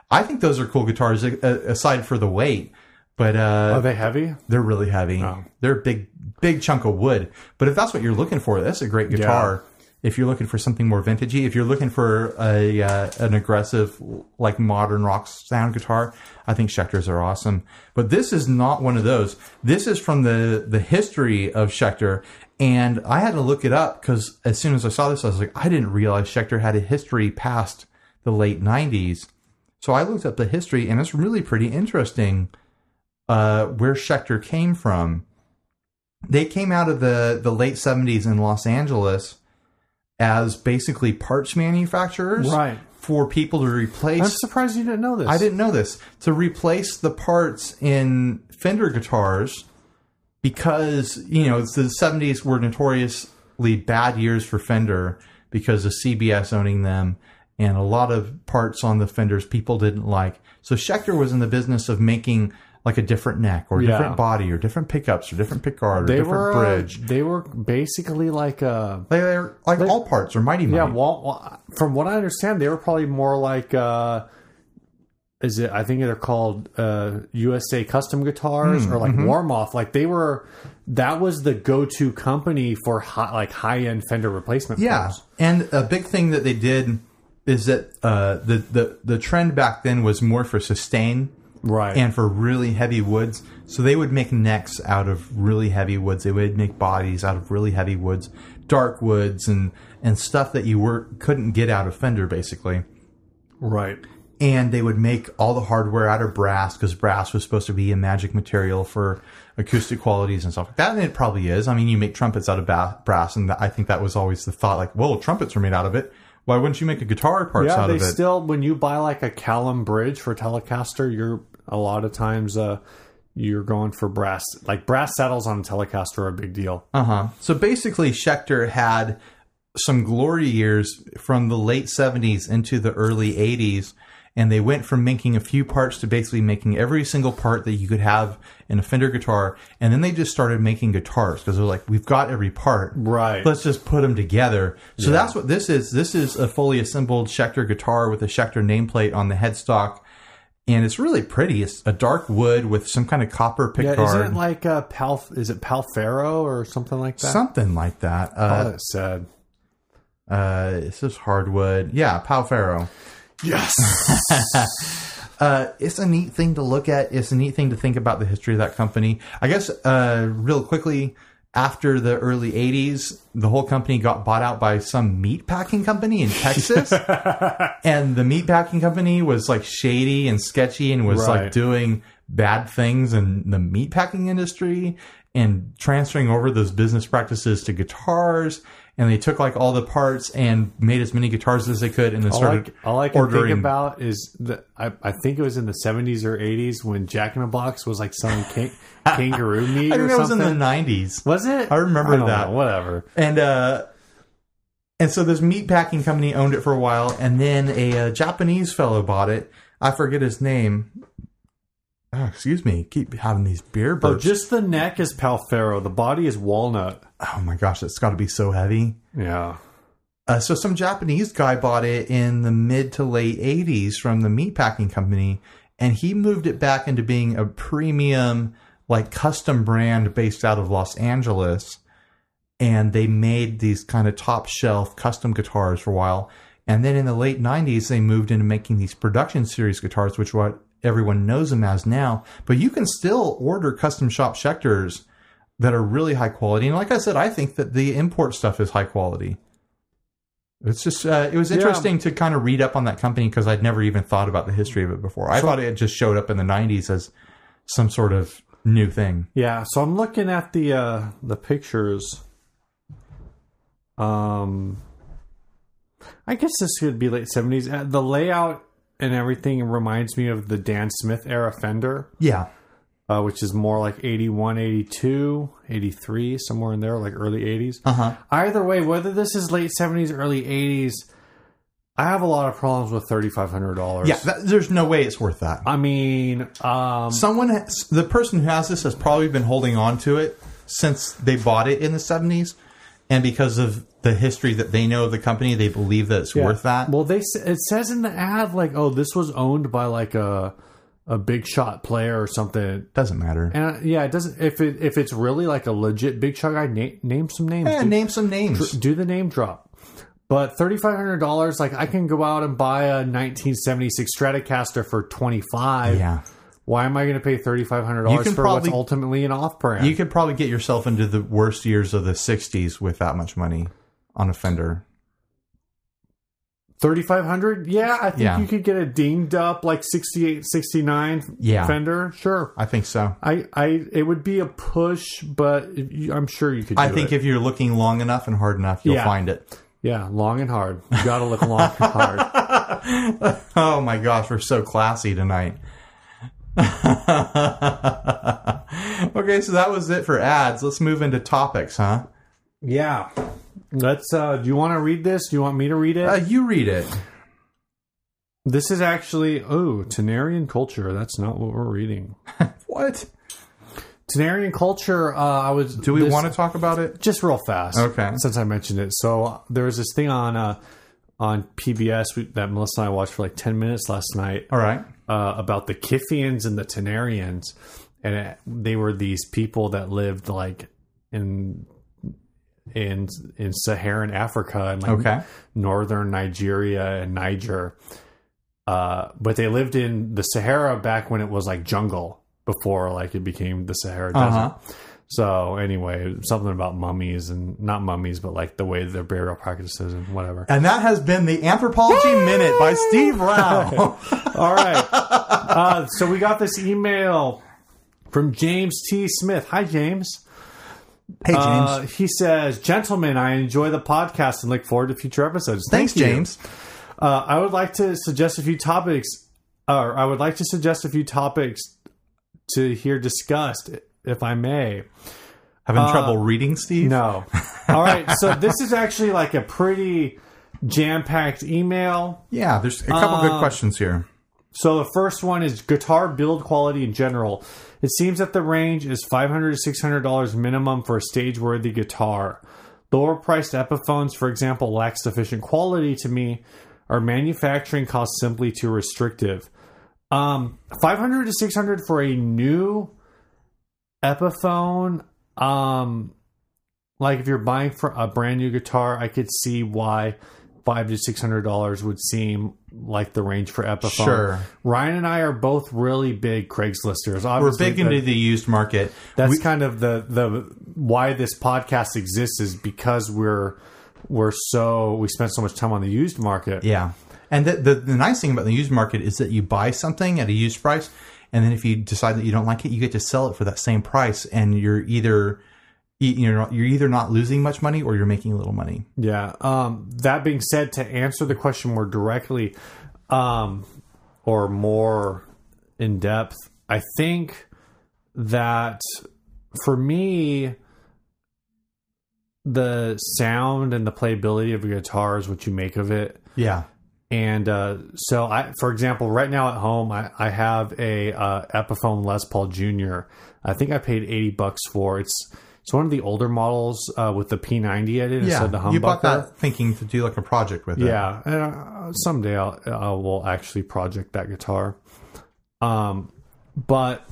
I think those are cool guitars, a- a- aside for the weight, but uh,
Are they heavy?
they're really heavy. They're a big, big chunk of wood. But if that's what you're looking for, that's a great guitar. If you're looking for something more vintagey, if you're looking for a uh, an aggressive, like modern rock sound guitar, I think Schecters are awesome. But this is not one of those. This is from the the history of Schecter, and I had to look it up because as soon as I saw this, I was like, I didn't realize Schecter had a history past the late '90s. So I looked up the history, and it's really pretty interesting uh, where Schecter came from. They came out of the, the late 70s in Los Angeles as basically parts manufacturers
Right.
for people to replace.
I'm surprised you didn't know this.
I didn't know this. To replace the parts in Fender guitars because, you know, it's the 70s were notoriously bad years for Fender because of CBS owning them and a lot of parts on the Fenders people didn't like. So Schecter was in the business of making like a different neck or a
Yeah.
different body or different pickups or different pickguard or
They
different
were uh,
bridge.
they were basically like uh, a
They, they're like all parts or mighty
yeah.
mighty.
Wal- Wal- from what I understand, they were probably more like uh, is it? I think they're called uh, USA Custom Guitars
Hmm,
or
mm-hmm.
like Warmoff. Like they were that was the go to company for high, like high end Fender replacement.
Yeah,
parts.
and a big thing that they did is that uh, the the the trend back then was more for sustain
right.
and for really heavy woods. So they would make necks out of really heavy woods. They would make bodies out of really heavy woods, dark woods, and and stuff that you were couldn't get out of Fender basically.
right.
And they would make all the hardware out of brass because brass was supposed to be a magic material for acoustic qualities and stuff like that. And it probably is. I mean, you make trumpets out of ba- brass, and I think that was always the thought like, well, trumpets are made out of it. Why wouldn't you make a guitar parts
Yeah,
out
they
of it?
still when you buy like a Callum bridge for Telecaster, you're a lot of times uh you're going for brass like brass saddles on a Telecaster are a big deal.
Uh huh. So basically, Schecter had some glory years from the late 70s into the early 80s, and they went from making a few parts to basically making every single part that you could have in a Fender guitar. And then they just started making guitars because they're like, we've got every part.
Right.
Let's just put them together. So that's what this is. This is a fully assembled Schecter guitar with a Schecter nameplate on the headstock. And it's really pretty. It's a dark wood with some kind of copper
Yeah,
pickguard,
isn't it like uh Pal is it Palfaro or something like that?
something like that. Uh,
Oh, that's sad.
Uh, this is hardwood. Yeah, Palfaro.
Yes.
Uh, it's a neat thing to look at. It's a neat thing to think about the history of that company. I guess, uh, real quickly, after the early 80s, the whole company got bought out by some meat packing company in Texas. and the meat packing company was like shady and sketchy and was like
Right.
doing bad things in the meat packing industry and transferring over those business practices to guitars. And they took like all the parts and made as many guitars as they could and then
all, I,
started
all I can
ordering
think about is the I, I think it was in the 70s or 80s when Jack in the Box was like selling can, kangaroo meat
I
or
think that was in
something.
the 90s.
was it?
I remember
don't
that.
know, whatever.
and uh and so this meat packing company owned it for a while and then a, uh japanese fellow bought it i forget his name Ah, excuse me keep having these beer burps.
Oh, just the neck is Palfaro. The body is walnut.
oh my gosh that's got to be so heavy
Yeah.
Uh, so some Japanese guy bought it in the mid to late 80s from the meatpacking company, and he moved it back into being a premium, like custom brand based out of Los Angeles. And they made these kind of top shelf custom guitars for a while. And then in the late 90s, they moved into making these production series guitars, which what everyone knows them as now. But you can still order custom shop Schecters that are really high quality. And like I said, I think that the import stuff is high quality. It's just uh, it was interesting to kind of read up on that company because I'd never even thought about the history of it before. I thought it just showed up in the '90s as some sort of new thing.
Yeah, so I'm looking at the uh the pictures. Um I guess this could be late 70s. Uh, The layout and everything reminds me of the Dan Smith era Fender,
Yeah,
uh, which is more like 81, 82, 83, somewhere in there, like early 80s.
uh huh.
Either way, whether this is late 70s, early 80s, I have a lot of problems with $3,500.
Yeah, that, there's no way it's worth that.
I mean, um,
Someone, has, the person who has this, has probably been holding on to it since they bought it in the '70s, and because of the history that they know of the company, they believe that it's worth that.
Well, they s- it says in the ad like, oh, this was owned by like a a big shot player or something.
Doesn't matter.
And uh, yeah, it doesn't. If it if it's really like a legit big shot guy, na- name some names.
yeah,
do,
name some names.
do the name drop. But thirty five hundred dollars, like I can go out and buy a nineteen seventy six Stratocaster for twenty five.
Yeah.
Why am I going to pay thirty five hundred
You
dollars
can
for
probably-
what's ultimately an off brand?
You could probably get yourself into the worst years of the 60s with that much money on a Fender.
Thirty five hundred? Yeah, I think
Yeah.
you could get a dinged up like 68, 69
Yeah.
Fender. Sure.
I think so.
I, I, it would be a push, but you- I'm sure you could. Do
I think
it.
if you're looking long enough and hard enough, you'll
Yeah.
find it.
yeah, long and hard. You gotta look long and hard.
Oh my gosh, we're so classy tonight. okay, so that was it for ads. Let's move into topics, huh?
Yeah, let's. Uh, do you want to read this? Do you want me to read it?
Uh, you read it.
this is actually oh, Tenarian culture. That's not what we're reading.
What?
Tenarian culture. Uh, I was.
Do we want to talk about it?
just real fast?
Okay.
Since I mentioned it, so there was this thing on uh, on PBS we- that Melissa and I watched for like ten minutes last night
All right.
uh, about the Kithians and the Tenarians, and it, they were these people that lived like in in in Saharan Africa and like
Okay.
northern Nigeria and Niger. Uh, but they lived in the Sahara back when it was like jungle before like it became the Sahara Desert.
Uh huh.
So anyway, something about mummies and not mummies, but like the way their burial practices and whatever.
And that has been the Anthropology Minute by Steve Rao.
All right. Uh, so we got this email from James T. Smith. Hi, James.
hey, James.
Uh, he says, "Gentlemen, I enjoy the podcast and look forward to future episodes."
Thanks,
Thank you.
James.
Uh, I would like to suggest a few topics, or I would like to suggest a few topics to hear discussed, if I may.
Having trouble reading, Steve?
Uh, No. All right. So this is actually like a pretty jam-packed email.
Yeah, there's a couple
Uh,
good questions here.
So the first one is guitar build quality in general. It seems that the range is five hundred to six hundred dollars minimum for a stage-worthy guitar. Lower priced Epiphones, for example, lack sufficient quality to me. Our manufacturing costs simply too restrictive. Um, five hundred to six hundred for a new Epiphone. Um, like if you're buying for a brand new guitar, I could see why five to six hundred dollars would seem like the range for Epiphone.
Sure.
Ryan and I are both really big Craigslisters.
We're
Obviously,
big
that-
into the used market.
that's kind of the the why this podcast exists is because we're we're so we spend so much time on the used market.
Yeah. And the, the, the nice thing about the used market is that you buy something at a used price, and then if you decide that you don't like it, you get to sell it for that same price, and you're either e- you're not, you're either not losing much money or you're making little money.
Yeah. Um, that being said, to answer the question more directly um, or more in depth, I think that for me, the sound and the playability of a guitar is what you make of it.
Yeah.
And uh, so, I, for example, right now at home, I, I have a uh, Epiphone Les Paul Jr. I think I paid eighty bucks for it's it's one of the older models uh, with the P90 at it instead
Yeah.
of the humbucker.
you bought that thinking to do like a project with it.
Yeah, and uh, someday I'll, I will actually project that guitar. Um, but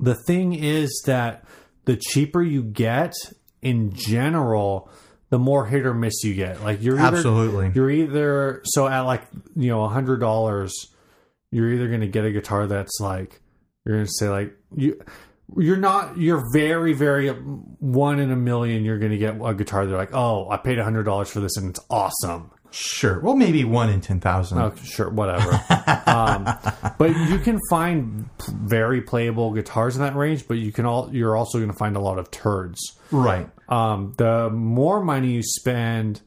the thing is that the cheaper you get in general, the more hit or miss you get. Like you're either,
Absolutely.
you're either so at like you know a hundred dollars, you're either going to get a guitar that's like you're going to say like you. You're not. You're very, very um, one in a million. You're going to get a guitar. They're like, oh, I paid hundred dollars for this, and it's awesome.
Sure. Well, maybe one in 10,000.
Oh, sure, whatever. um, but you can find p- very playable guitars in that range. But you can all. You're also going to find a lot of turds.
Right.
Um, the more money you spend,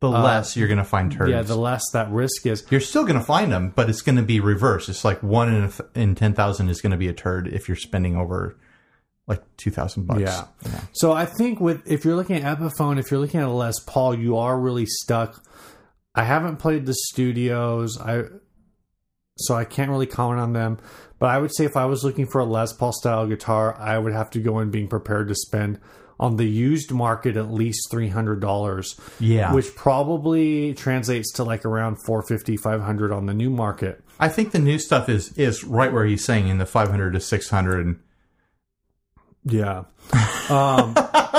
The less you're going to find turds.
Uh, yeah, the less that risk is.
you're still going to find them, but it's going to be reversed. It's like one in, a th- in 10,000 is going to be a turd if you're spending over like 2,000 bucks.
Yeah. So I think with if you're looking at Epiphone, if you're looking at a Les Paul, you are really stuck. I haven't played the studios, I so I can't really comment on them. But I would say if I was looking for a Les Paul style guitar, I would have to go in being prepared to spend on the used market at least three hundred dollars,
Yeah.
which probably translates to like around 450 500 on the new market.
I think the new stuff is is right where he's saying in the 500 to 600.
Yeah. Um,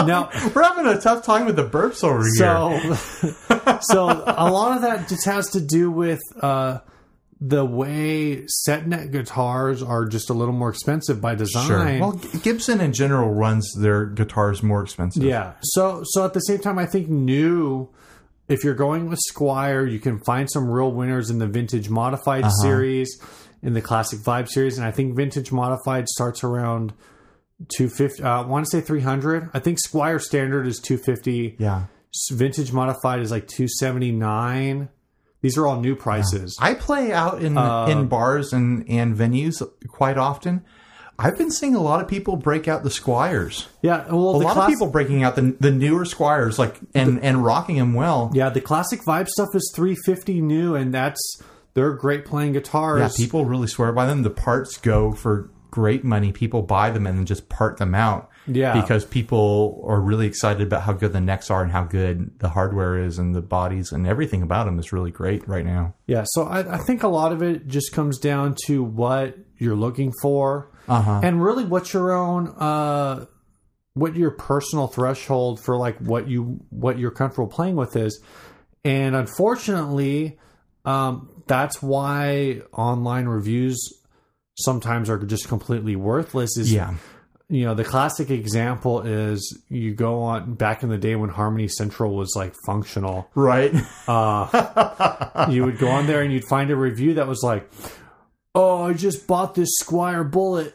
now
We're having a tough time with the burps over here.
So, so a lot of that just has to do with uh, the way setnet guitars are just a little more expensive by design.
Sure. Well, G- Gibson in general runs their guitars more expensive.
yeah. So, so at the same time, I think new. If you're going with Squire, you can find some real winners in the vintage modified
Uh-huh.
series, in the classic vibe series, and I think vintage modified starts around. 250 uh, i want to say 300 i think squire standard is 250
Yeah.
vintage modified is like 279 these are all new prices
I play out in
Uh,
in bars and and venues quite often. I've been seeing a lot of people break out the Squires.
yeah, well
A
the
lot
class-
of people breaking out the the newer Squires, like and and rocking them well.
yeah the classic vibe stuff is 350 new and that's they're great playing guitars
Yeah, people really swear by them. The parts go for great money. People buy them and then just part them out
Yeah.
because people are really excited about how good the necks are and how good the hardware is and the bodies and everything about them is really great right now.
yeah. So I, I think a lot of it just comes down to what you're looking for
Uh huh.
and really what your own, uh, what your personal threshold for like what you, what you're comfortable playing with is. And unfortunately, um, that's why online reviews sometimes are just completely worthless is
Yeah.
you know the classic example is you go on back in the day when harmony central was like functional
Right.
uh, you would go on there and you'd find a review that was like oh i just bought this squire bullet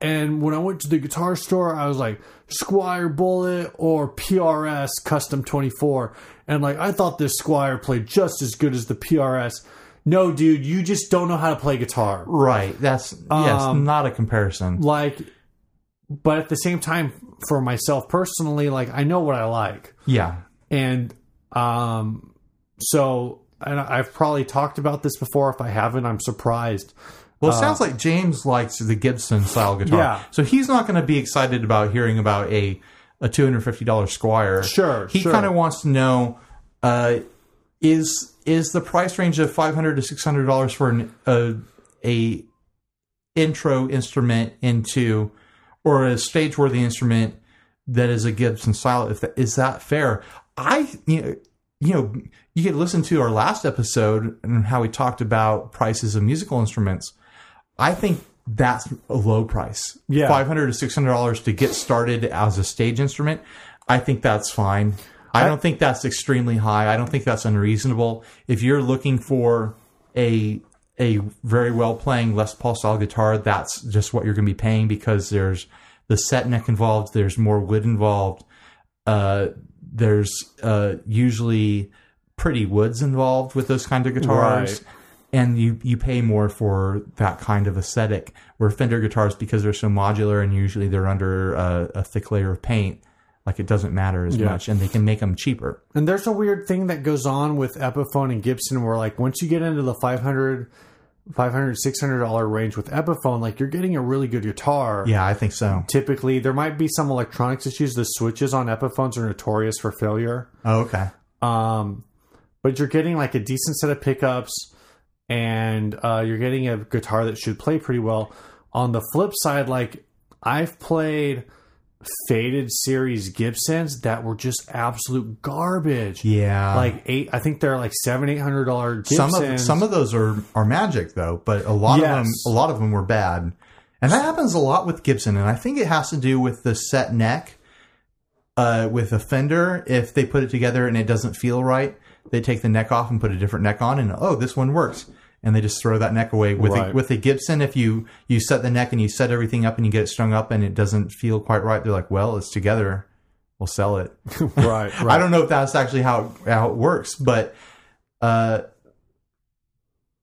and when i went to the guitar store i was like squire bullet or prs custom 24 and like i thought this squire played just as good as the prs no dude you just don't know how to play guitar
right. That's yes,
Um,
not a comparison.
like but at the same time for myself personally like i know what i like
Yeah.
and um so and i've probably talked about this before if i haven't i'm surprised
Well, it sounds like James likes the Gibson style guitar.
Uh, Yeah.
So he's not going to be excited about hearing about a a two hundred fifty dollars Squire.
Sure,
He
sure.
kind of wants to know uh, is is the price range of five hundred to six hundred dollars for an a, a intro instrument into or a stage worthy instrument that is a Gibson style. If that, is that fair? I you know, you know you could listen to our last episode and how we talked about prices of musical instruments. I think that's a low price.
Yeah.
five hundred to six hundred dollars to get started as a stage instrument. I think that's fine. I don't think that's extremely high. I don't think that's unreasonable. If you're looking for a a very well playing Les Paul style guitar, that's just what you're going to be paying because there's the set neck involved, there's more wood involved, uh, there's uh, usually pretty woods involved with those kind of guitars.
Right.
And you, you pay more for that kind of aesthetic. Where Fender guitars, because they're so modular and usually they're under uh, a thick layer of paint, like it doesn't matter as much, and they can make them cheaper.
and there's a weird thing that goes on with epiphone and gibson where like once you get into the 500 500 600 dollar range with epiphone like you're getting a really good guitar
Yeah, I think so.
typically there might be some electronics issues the switches on epiphones are notorious for failure
Oh, okay.
um, but you're getting like a decent set of pickups and uh, you're getting a guitar that should play pretty well on the flip side like i've played faded series gibsons that were just absolute garbage
Yeah.
like eight i think they're like seven eight hundred dollar
some
gibsons
of some of those are are magic though, but a lot of
Yes.
them a lot of them were bad, and that happens a lot with Gibson, and I think it has to do with the set neck. Uh, with a fender, if they put it together and it doesn't feel right, they take the neck off and put a different neck on, and oh, this one works, and they just throw that neck away. With a,
Right.
with a Gibson, if you you set the neck and you set everything up and you get it strung up and it doesn't feel quite right, they're like, well, it's together, we'll sell it.
right right
I don't know if that's actually how how it works, but uh,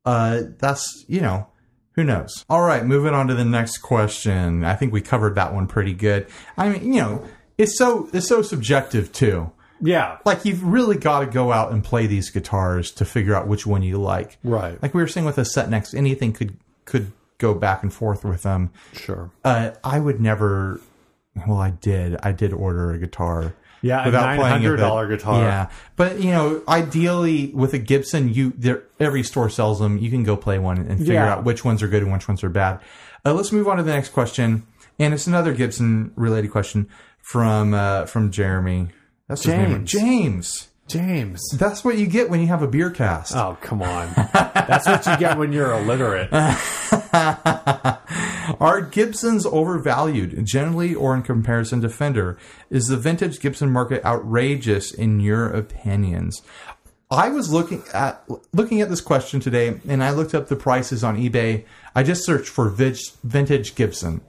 uh, that's you know who knows. All right, moving on to the next question. I think we covered that one pretty good. I mean, you know, it's so it's so subjective too.
yeah
Like you've really got to go out and play these guitars to figure out which one you like.
right
Like we were saying with a set next, anything could could go back and forth with them.
sure
Uh, I would never. Well, I did. I did order a guitar
yeah a
without playing it, but-
$900 guitar
Yeah, but you know, ideally with a Gibson, you there every store sells them. You can go play one and figure
Yeah.
out which ones are good and which ones are bad. Uh, let's move on to the next question, and it's another Gibson related question from uh, from Jeremy. That's his name,
James.
James.
james
That's what you get when you have a beer cast.
oh come on that's what you get when you're illiterate
Are Gibsons overvalued, generally or in comparison to Fender? Is the vintage Gibson market outrageous in your opinions? I was looking at looking at this question today, and I looked up the prices on eBay. I just searched for vig- vintage Gibson,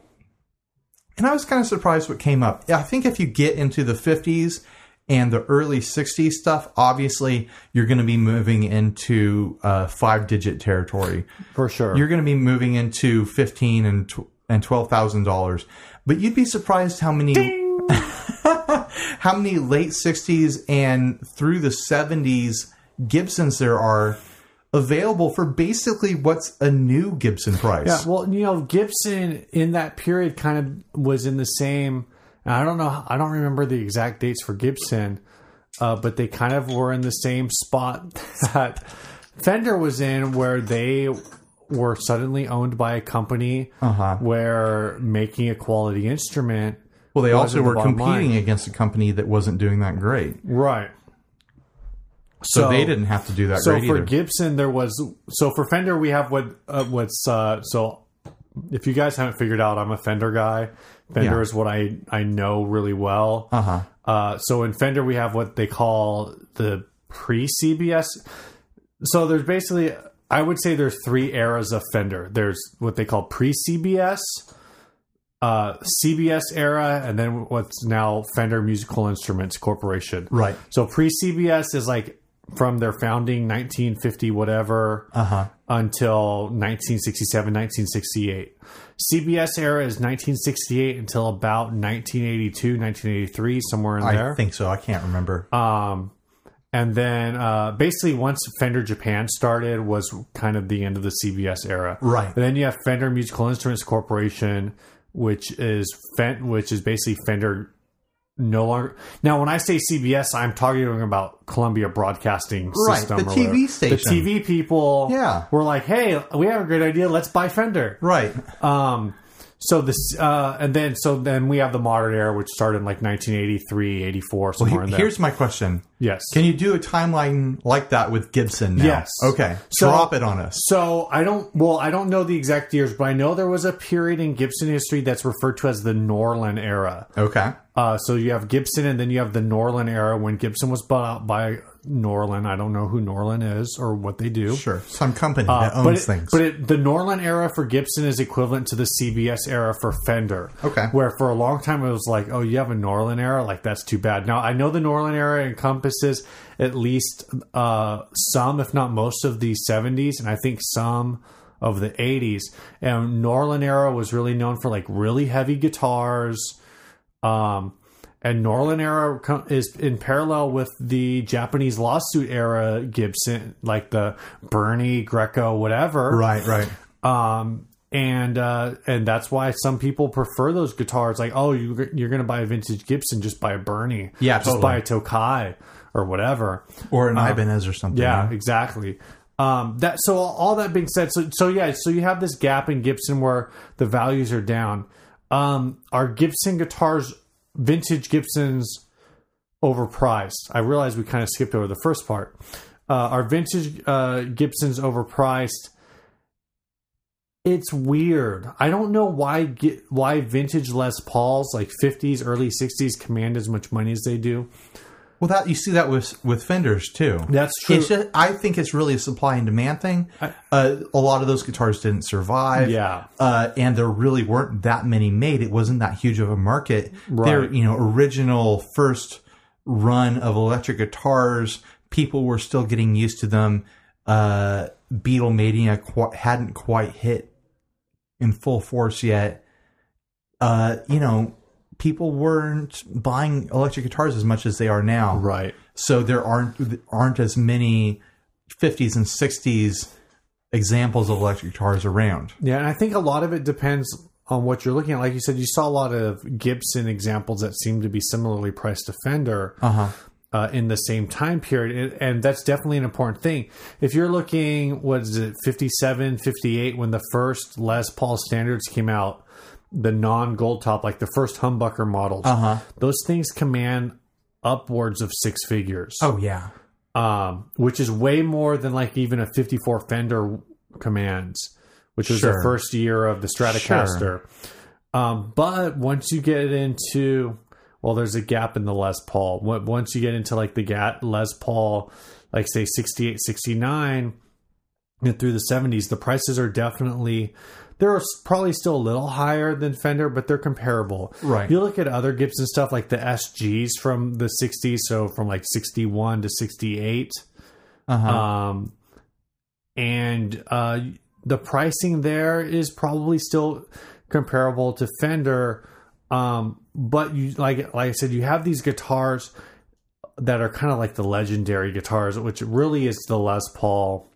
and I was kind of surprised what came up. I think if you get into the 50s and the early 60s stuff, obviously you're going to be moving into uh, five digit territory
for sure
you're going to be moving into fifteen and tw- and twelve thousand dollars. But you'd be surprised how many how many late sixties and through the seventies Gibsons there are available for basically what's a new Gibson price.
Yeah, Uh, well, you know, Gibson in that period kind of was in the same. and I don't know. I don't remember the exact dates for Gibson, uh, but they kind of were in the same spot that Fender was in, where they were suddenly owned by a company
Uh-huh.
where making a quality instrument.
well, they also
wasn't the
were
bottom
competing
line.
against a company that wasn't doing that great.
Right.
So, they didn't have to do that
So
great
for
either.
Gibson, there was so for Fender we have what uh, what's uh, so. If you guys haven't figured out, I'm a Fender guy. Fender
Yeah.
is what I I know really well.
uh-huh.
Uh, so in Fender we have what they call the pre CBS. So there's basically I would say there's three eras of Fender. There's what they call pre CBS, uh, CBS era, and then what's now Fender Musical Instruments Corporation.
Right.
So pre CBS is like from their founding 1950 whatever
Uh-huh.
until 1967 1968 cbs era is 1968 until about 1982 1983 somewhere in there
I think so. I can't remember.
um, and then uh, basically once Fender Japan started was kind of the end of the CBS era.
Right.
And then you have Fender Musical Instruments Corporation, which is Fen- which is basically Fender no longer. Now, when I say CBS, I'm talking about Columbia Broadcasting
Right,
System,
the
or
TV
whatever.
station.
The TV people,
Yeah.
were like, "Hey, we have a great idea. Let's buy Fender."
right.
Um, so this, uh, and then so then we have the modern era, which started in like 1983, 84, somewhere in there.
Here's my question.
Yes.
Can you do a timeline like that with Gibson now?
Yes.
Okay.
So-
Drop it on us.
so I don't well I don't know the exact years, but I know there was a period in Gibson history that's referred to as the Norlin era.
Okay.
Uh, so you have Gibson, and then you have the Norlin era when Gibson was bought out by Norlin. I don't know who Norlin is or what they do.
Sure. Some company that
Uh, but
owns
it-
things.
But it, the Norlin era for Gibson is equivalent to the CBS era for Fender.
Okay.
Where for a long time it was like, oh, you have a Norlin era? Like, that's too bad. Now, I know the Norlin era encompasses at least uh, some, if not most, of the 70s, and I think some of the 80s. And Norlin era was really known for like really heavy guitars. Um, and Norlin era co- is in parallel with the Japanese lawsuit era Gibson, like the Bernie Greco, whatever.
right, right.
Um, and uh, and that's why some people prefer those guitars. Like, oh, you you're gonna buy a vintage Gibson, just buy a Bernie,
Yeah,
just buy a Tokai or whatever.
Or an Ibanez or something.
Uh, Yeah, exactly. Um, that so all that being said, so so yeah, so you have this gap in Gibson where the values are down. Um, are Gibson guitars, vintage Gibsons, overpriced? I realize we kind of skipped over the first part. Uh, are vintage uh, Gibsons overpriced? It's weird. I don't know why Gi- why vintage Les Pauls like 50s, early 60s command as much money as they do.
Well, that you see that with with Fenders too.
That's true.
It's just, I think it's really a supply and demand thing. uh, a lot of those guitars didn't survive.
Yeah.
uh, and there really weren't that many made. It wasn't that huge of a market. Their
Right.
you know original first run of electric guitars, people were still getting used to them. Uh, Beatlemania qu- hadn't quite hit in full force yet. Uh, you know, people weren't buying electric guitars as much as they are now.
Right.
So there aren't aren't as many 50s and 60s examples of electric guitars around.
Yeah, and I think a lot of it depends on what you're looking at. Like you said, you saw a lot of Gibson examples that seem to be similarly priced to Fender
Uh-huh.
uh, in the same time period. And, and that's definitely an important thing. If you're looking, what is it, 57, 58, when the first Les Paul standards came out, the non gold top, like the first humbucker models,
Uh-huh.
those things command upwards of six figures
Oh yeah.
um, which is way more than like even a 54 Fender commands, which was
Sure.
the first year of the Stratocaster. Um, but once you get into, well, there's a gap in the Les Paul. Wa- Once you get into like the ga- Les Paul, like say 68, 69, and through the 70s, the prices are definitely. They're s- probably still a little higher than Fender, but they're comparable.
Right.
You look at other Gibson stuff like the SGs from the 60s, so from like 61 to 68.
Uh-huh.
Um, and uh, the pricing there is probably still comparable to Fender, um, but you like like I said, you have these guitars that are kind of like the legendary guitars, which really is the Les Paul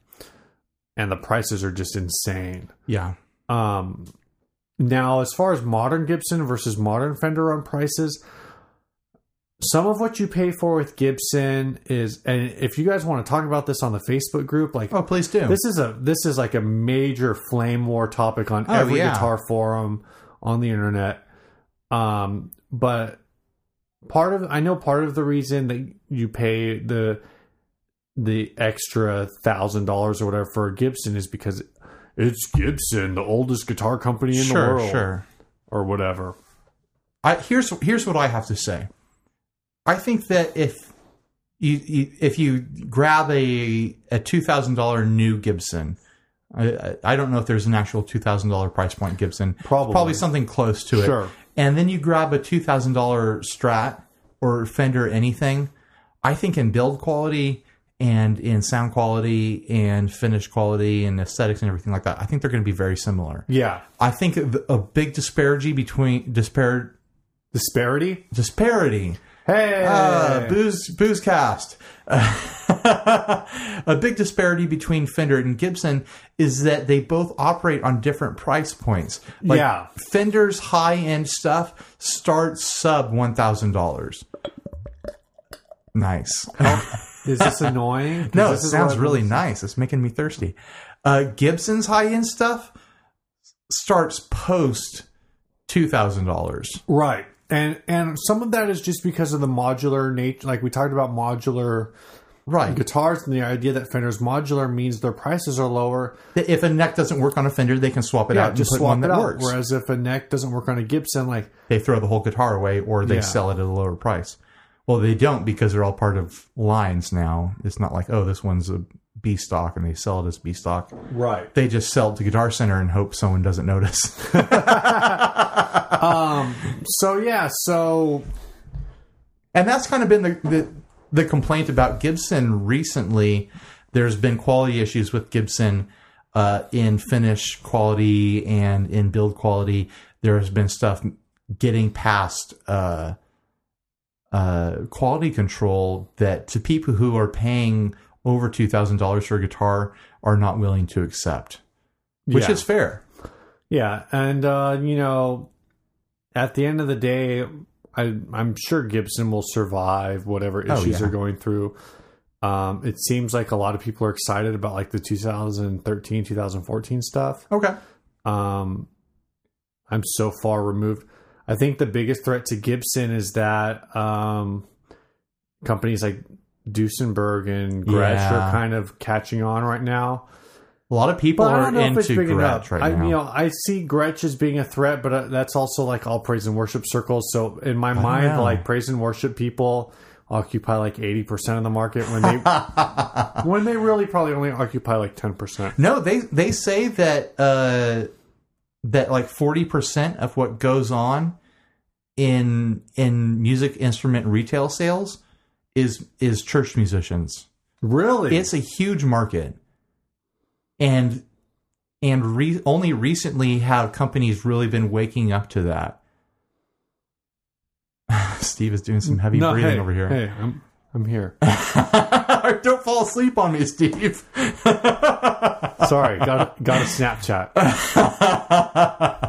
and the prices are just insane.
Yeah.
Um, now, as far as modern Gibson versus modern Fender on prices, some of what you pay for with Gibson is, and if you guys want to talk about this on the Facebook group, like
Oh, please do.
this is a this is like a major flame war topic on
Oh,
every
yeah.
guitar forum on the internet. Um, but part of I know part of the reason that you pay the the extra thousand dollars or whatever for a Gibson is because it's Gibson, the oldest guitar company in the
sure,
world,
sure.
or whatever.
I, here's here's what I have to say. I think that if you, you if you grab a a two thousand dollar new Gibson, I, I- I don't know if there's an actual two thousand dollar price point Gibson.
Probably.
probably something close to it.
Sure.
And then you grab a two thousand dollar Strat or Fender anything. I think in build quality and in sound quality and finish quality and aesthetics and everything like that, I think they're going to be very similar.
Yeah,
I think the- a big disparity between dispar
disparity.
disparity.
Hey,
Uh, booze, booze cast. a big disparity between Fender and Gibson is that they both operate on different price points. Like
Yeah.
Fender's high end stuff starts sub one thousand dollars. Nice.
is this annoying? 'Cause
No, it
this is
sounds
what-
really nice. It's making me thirsty. Uh, Gibson's high end stuff starts post two thousand dollars.
Right. And and some of that is just because of the modular nature like we talked about modular
Right.
guitars and the idea that Fender's modular means their prices are lower.
If a neck doesn't work on a Fender, they can swap it out and
just
put
swap
one
it
that
out.
works.
Whereas if a neck doesn't work on a Gibson, like
they throw the whole guitar away or they
Yeah.
sell it at a lower price. Well, they don't because they're all part of lines now. It's not like, oh, this one's a B stock and they sell it as B stock.
Right.
They just sell it to Guitar Center and hope someone doesn't notice.
Um so yeah, so
and that's kind of been the, the the complaint about Gibson recently. There's been quality issues with Gibson uh, in finish quality and in build quality. There has been stuff getting past uh, uh, quality control that to people who are paying over two thousand dollars for a guitar are not willing to accept, which
Yeah.
is fair.
Yeah, and uh, you know, at the end of the day, I, I'm sure Gibson will survive whatever
Oh,
issues
yeah.
are going through. Um, it seems like a lot of people are excited about like the 2013, 2014 stuff.
Okay.
Um, I'm so far removed. I think the biggest threat to Gibson is that um, companies like Duesenberg and Gretsch
Yeah.
are kind of catching on right now.
A lot of people
But I
are
don't know if it's
into
big
Gretsch
enough.
right
I,
now.
You know, I see Gretsch as being a threat, but uh, that's also like all praise and worship circles. So in my mind,
know.
like praise and worship people occupy like eighty percent of the market when they when they really probably only occupy like ten percent.
No, they they say that uh, that like forty percent of what goes on in in music instrument retail sales is is church musicians.
Really?
It's a huge market, and and re- only recently have companies really been waking up to that. Steve is doing some heavy
no,
breathing
hey,
over here.
Hey, I'm I'm here.
Don't fall asleep on me, Steve.
Sorry, got a, got a Snapchat.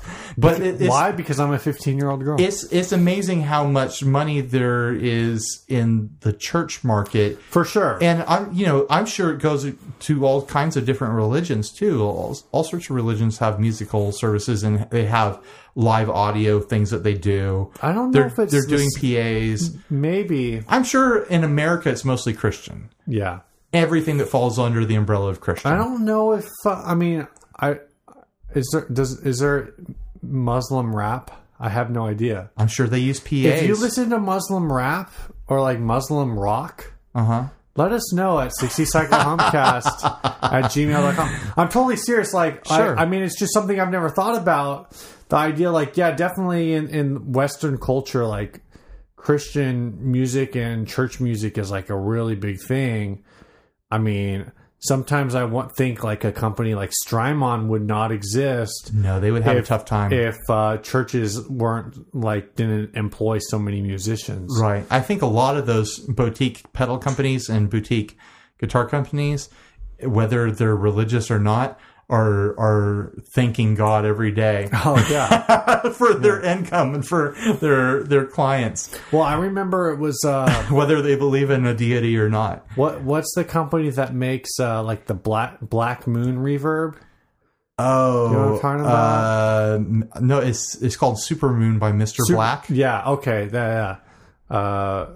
But it, it's,
Why? Because I'm a 15 year old girl.
it's it's amazing how much money there is in the church market,
For sure.
and I'm you know I'm sure it goes to all kinds of different religions too. All, all sorts of religions have musical services, and they have live audio things that they do.
I don't know
They're
if it's
they're doing
this-
PAs.
maybe.
I'm sure in America it's mostly Christian.
Yeah.
Everything that falls under the umbrella of Christian.
I don't know if uh, I mean I is there does is there Muslim rap? I have no idea.
I'm sure they use PAs.
If you listen to Muslim rap or like Muslim rock,
uh huh.
let us know at 60 cycle humpcast at gmail.com. I'm totally serious. Like,
Sure.
I, I mean, it's just something I've never thought about. The idea, like, yeah, definitely in, in Western culture, like Christian music and church music is like a really big thing. I mean, sometimes I want, think like a company like Strymon would not exist
No, they would have a tough time.
if uh, churches weren't like didn't employ so many musicians.
Right. I think a lot of those boutique pedal companies and boutique guitar companies whether they're religious or not, are are thanking God every day
Oh yeah.
for their income and for their their clients,
Well, I remember it was uh,
whether they believe in a deity or not.
what what's the company that makes uh, like the black Black Moon reverb?
Oh,
know what I'm talking about?
uh, n- no, it's it's called Supermoon by Mr. Black.
Yeah. Okay. Yeah. yeah. Uh,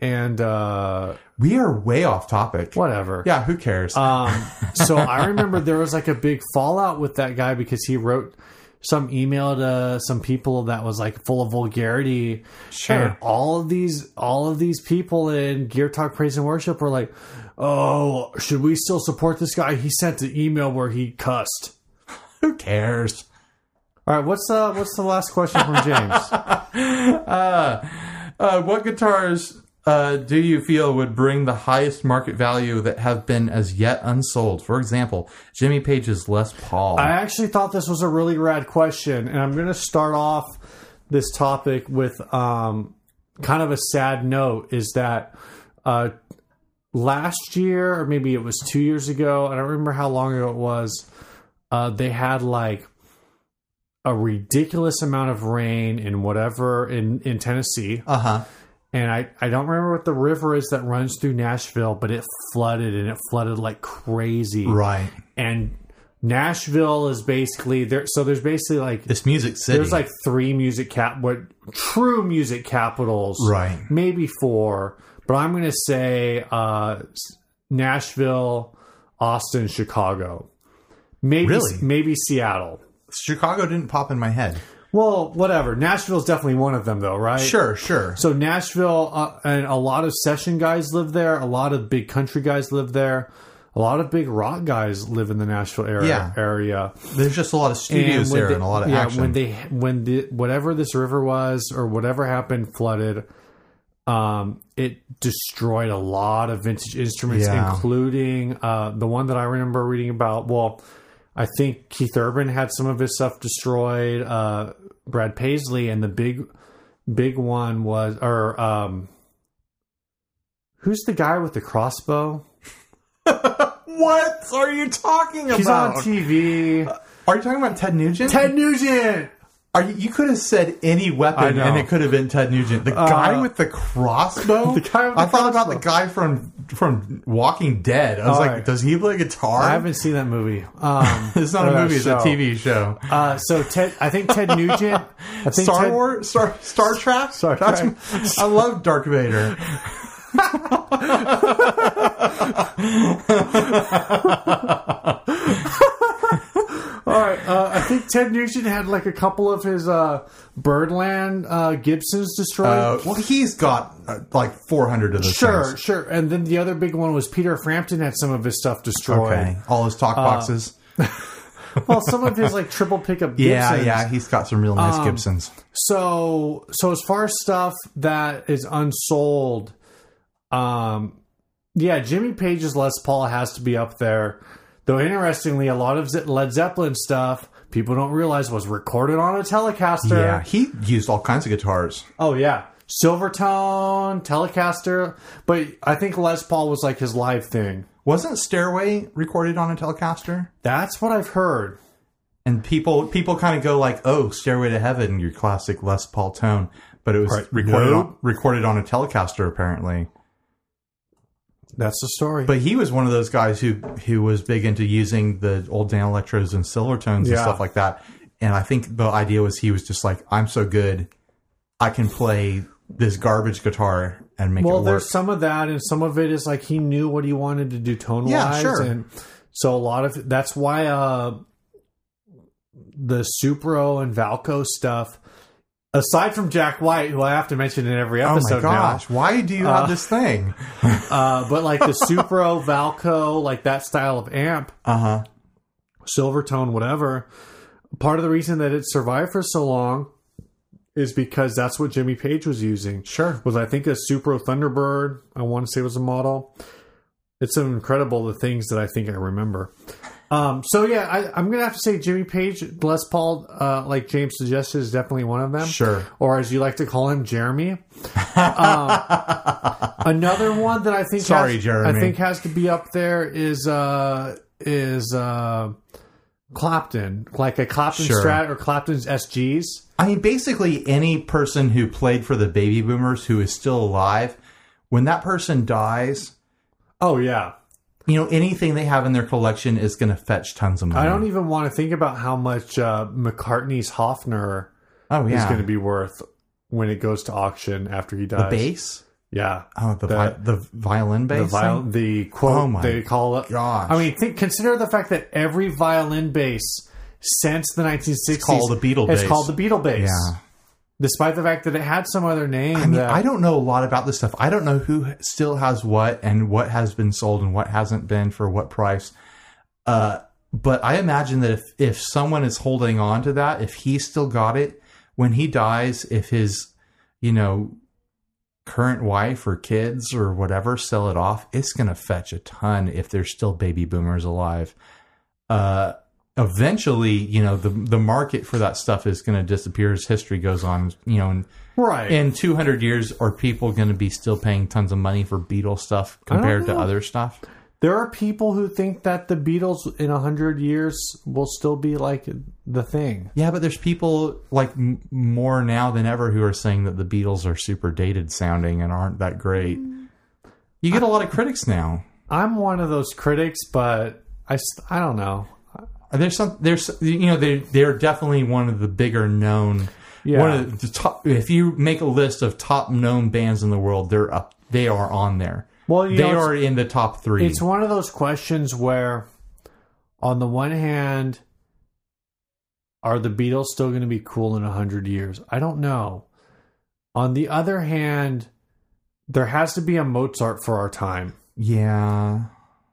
and uh,
We are way off topic.
whatever.
Yeah, who cares?
Um, so I remember there was like a big fallout with that guy because he wrote some email to some people that was like full of vulgarity. And
sure.
all of these all of these people in Gear Talk Praise and Worship were like, "Oh, should we still support this guy? He sent an email where he cussed."
Who cares?
All right, what's uh what's the last question from James?
Uh, uh, what guitars uh, do you feel would bring the highest market value that have been as yet unsold? For example, Jimmy Page's Les Paul.
I actually thought this was a really rad question, and I'm going to start off this topic with um kind of a sad note is that uh last year or maybe it was 2 years ago, I don't remember how long ago it was, uh they had like a ridiculous amount of rain in whatever in in Tennessee
uh huh.
and I, I don't remember what the river is that runs through Nashville, but it flooded and it flooded like crazy.
Right.
And Nashville is basically there. So there's basically like
This music city.
there's like three music cap, what true music capitals,
Right.
Maybe four, but I'm gonna say uh, s- Nashville, Austin, Chicago, maybe
Really?
maybe Seattle.
Chicago didn't pop in my head.
Well, whatever. Nashville's definitely one of them, though, right?
Sure, sure.
So Nashville uh, and a lot of session guys live there. A lot of big country guys live there. A lot of big rock guys live in the Nashville area.
Yeah.
area.
There's just a lot of studios
when
there
they-
and a lot of
yeah,
action.
when they when the whatever this river was or whatever happened flooded, um, it destroyed a lot of vintage instruments,
Yeah.
including uh, the one that I remember reading about. Well, I think Keith Urban had some of his stuff destroyed. Uh, Brad Paisley and the big big one was or um, who's the guy with the crossbow?
what are you talking
He's on
about?
TV.
are you talking about Ted Nugent?
Ted Nugent.
Are you, you could have said any
I
weapon,
know. Uh,
and it could have been Ted Nugent. The guy with the crossbow.
The guy with the
I thought about
crossbow.
the guy from from Walking Dead. I was
All
like,
right.
does he play guitar?
I haven't seen that movie. Um,
it's not
or
a
that
movie; it's
show.
a TV show.
Uh, so Ted, I think Ted Nugent. I think
Star
Ted,
Wars, Star Star Trek.
Star
That's-
Trek.
I love Darth Vader.
All right, uh, I think Ted Nugent had like a couple of his uh, Birdland uh, Gibsons destroyed.
Uh, well, he's got uh, like 400 of those.
sure,
things.
sure. And then the other big one was Peter Frampton had some of his stuff destroyed.
Okay. All his
Uh,
talk boxes.
Well, some of his like triple pickup Gibsons. Um,
Yeah, yeah. He's got some real nice Gibsons.
So, so as far as stuff that is unsold, um, yeah, Jimmy Page's Les Paul has to be up there. Though interestingly, a lot of Ze- Led Zeppelin stuff people don't realize was recorded on a Telecaster.
Yeah, he used all kinds of guitars.
Oh yeah, Silvertone, Telecaster. But I think Les Paul was like his live thing.
Wasn't Stairway recorded on a Telecaster?
That's what I've heard.
and people people kind of go like, "Oh, Stairway to Heaven, your classic Les Paul tone," but it was
Right.
recorded on,
Nope.
recorded on a Telecaster apparently.
That's the story.
But he was one of those guys who who was big into using the old Dan Electros and Silvertones tones and
Yeah.
stuff like that. And I think the idea was he was just like, "I'm so good, I can play this garbage guitar and make
well,
it work."
there's some of that, and some of it is like he knew what he wanted to do tone wise,
Yeah, sure.
and so a lot of that's why uh, the Supro and Valco stuff. Aside from Jack White, who I have to mention in every
Oh
episode
my gosh! Why do you
Uh,
have this thing?
now, uh, but like the Supro, Valco, like that style of amp,
Uh huh.
Silvertone, whatever. Part of the reason that it survived for so long is because that's what Jimmy Page was using.
Sure.
was I think a Supro Thunderbird. I want to say was a model. It's incredible the things that I think I remember. Um, so yeah, I, I'm gonna have to say Jimmy Page, Les Paul, uh, like James suggested, is definitely one of them.
Sure.
Or as you like to call him, Jeremy. Um, Another one that I think
Sorry,
has,
Jeremy.
I think has to be up there is uh is uh Clapton, like a Clapton
Sure.
Strat or Clapton's SGs.
I mean, basically, any person who played for the baby boomers who is still alive, when that person dies,
Oh yeah,
you know, anything they have in their collection is going to fetch tons of money.
I don't even want to think about how much uh, McCartney's Hofner
oh,
is
yeah.
going to be worth when it goes to auction after he dies.
the bass?
yeah,
Oh, the, vi- the violin bass?
the viol-
thing?
the quote
Oh my
they call it.
gosh.
I mean, think consider the fact that every violin bass since the 1960s
called the Beatle
It's
bass.
called the Beatle bass.
Yeah.
despite the fact that it had some other name.
I mean,
that,
I don't know a lot about this stuff. I don't know who still has what and what has been sold and what hasn't been for what price. Uh, but I imagine that if, if someone is holding on to that, if he still got it, when he dies, if his, you know, current wife or kids or whatever sell it off, it's going to fetch a ton if there's still baby boomers alive. Uh, eventually, you know, the, the market for that stuff is going to disappear as history goes on, you know, and
right.
in 200 years are people going to be still paying tons of money for Beatles stuff compared to
know.
other stuff?
there are people who think that the Beatles in a hundred years will still be like the thing.
Yeah, but there's people like m- more now than ever who are saying that the Beatles are super dated sounding and aren't that great.
Mm.
You get a lot of critics now.
I'm one of those critics, but I, s- I don't know.
There's some there's you know they they're definitely one of the bigger known
Yeah.
one of the top if you make a list of top known bands in the world they're up they are on there.
Well, you
they
know, it's-
are in the top 3.
It's one of those questions where, on the one hand, are the Beatles still going to be cool in 100 years? I don't know. On the other hand, there has to be a Mozart for our time.
yeah.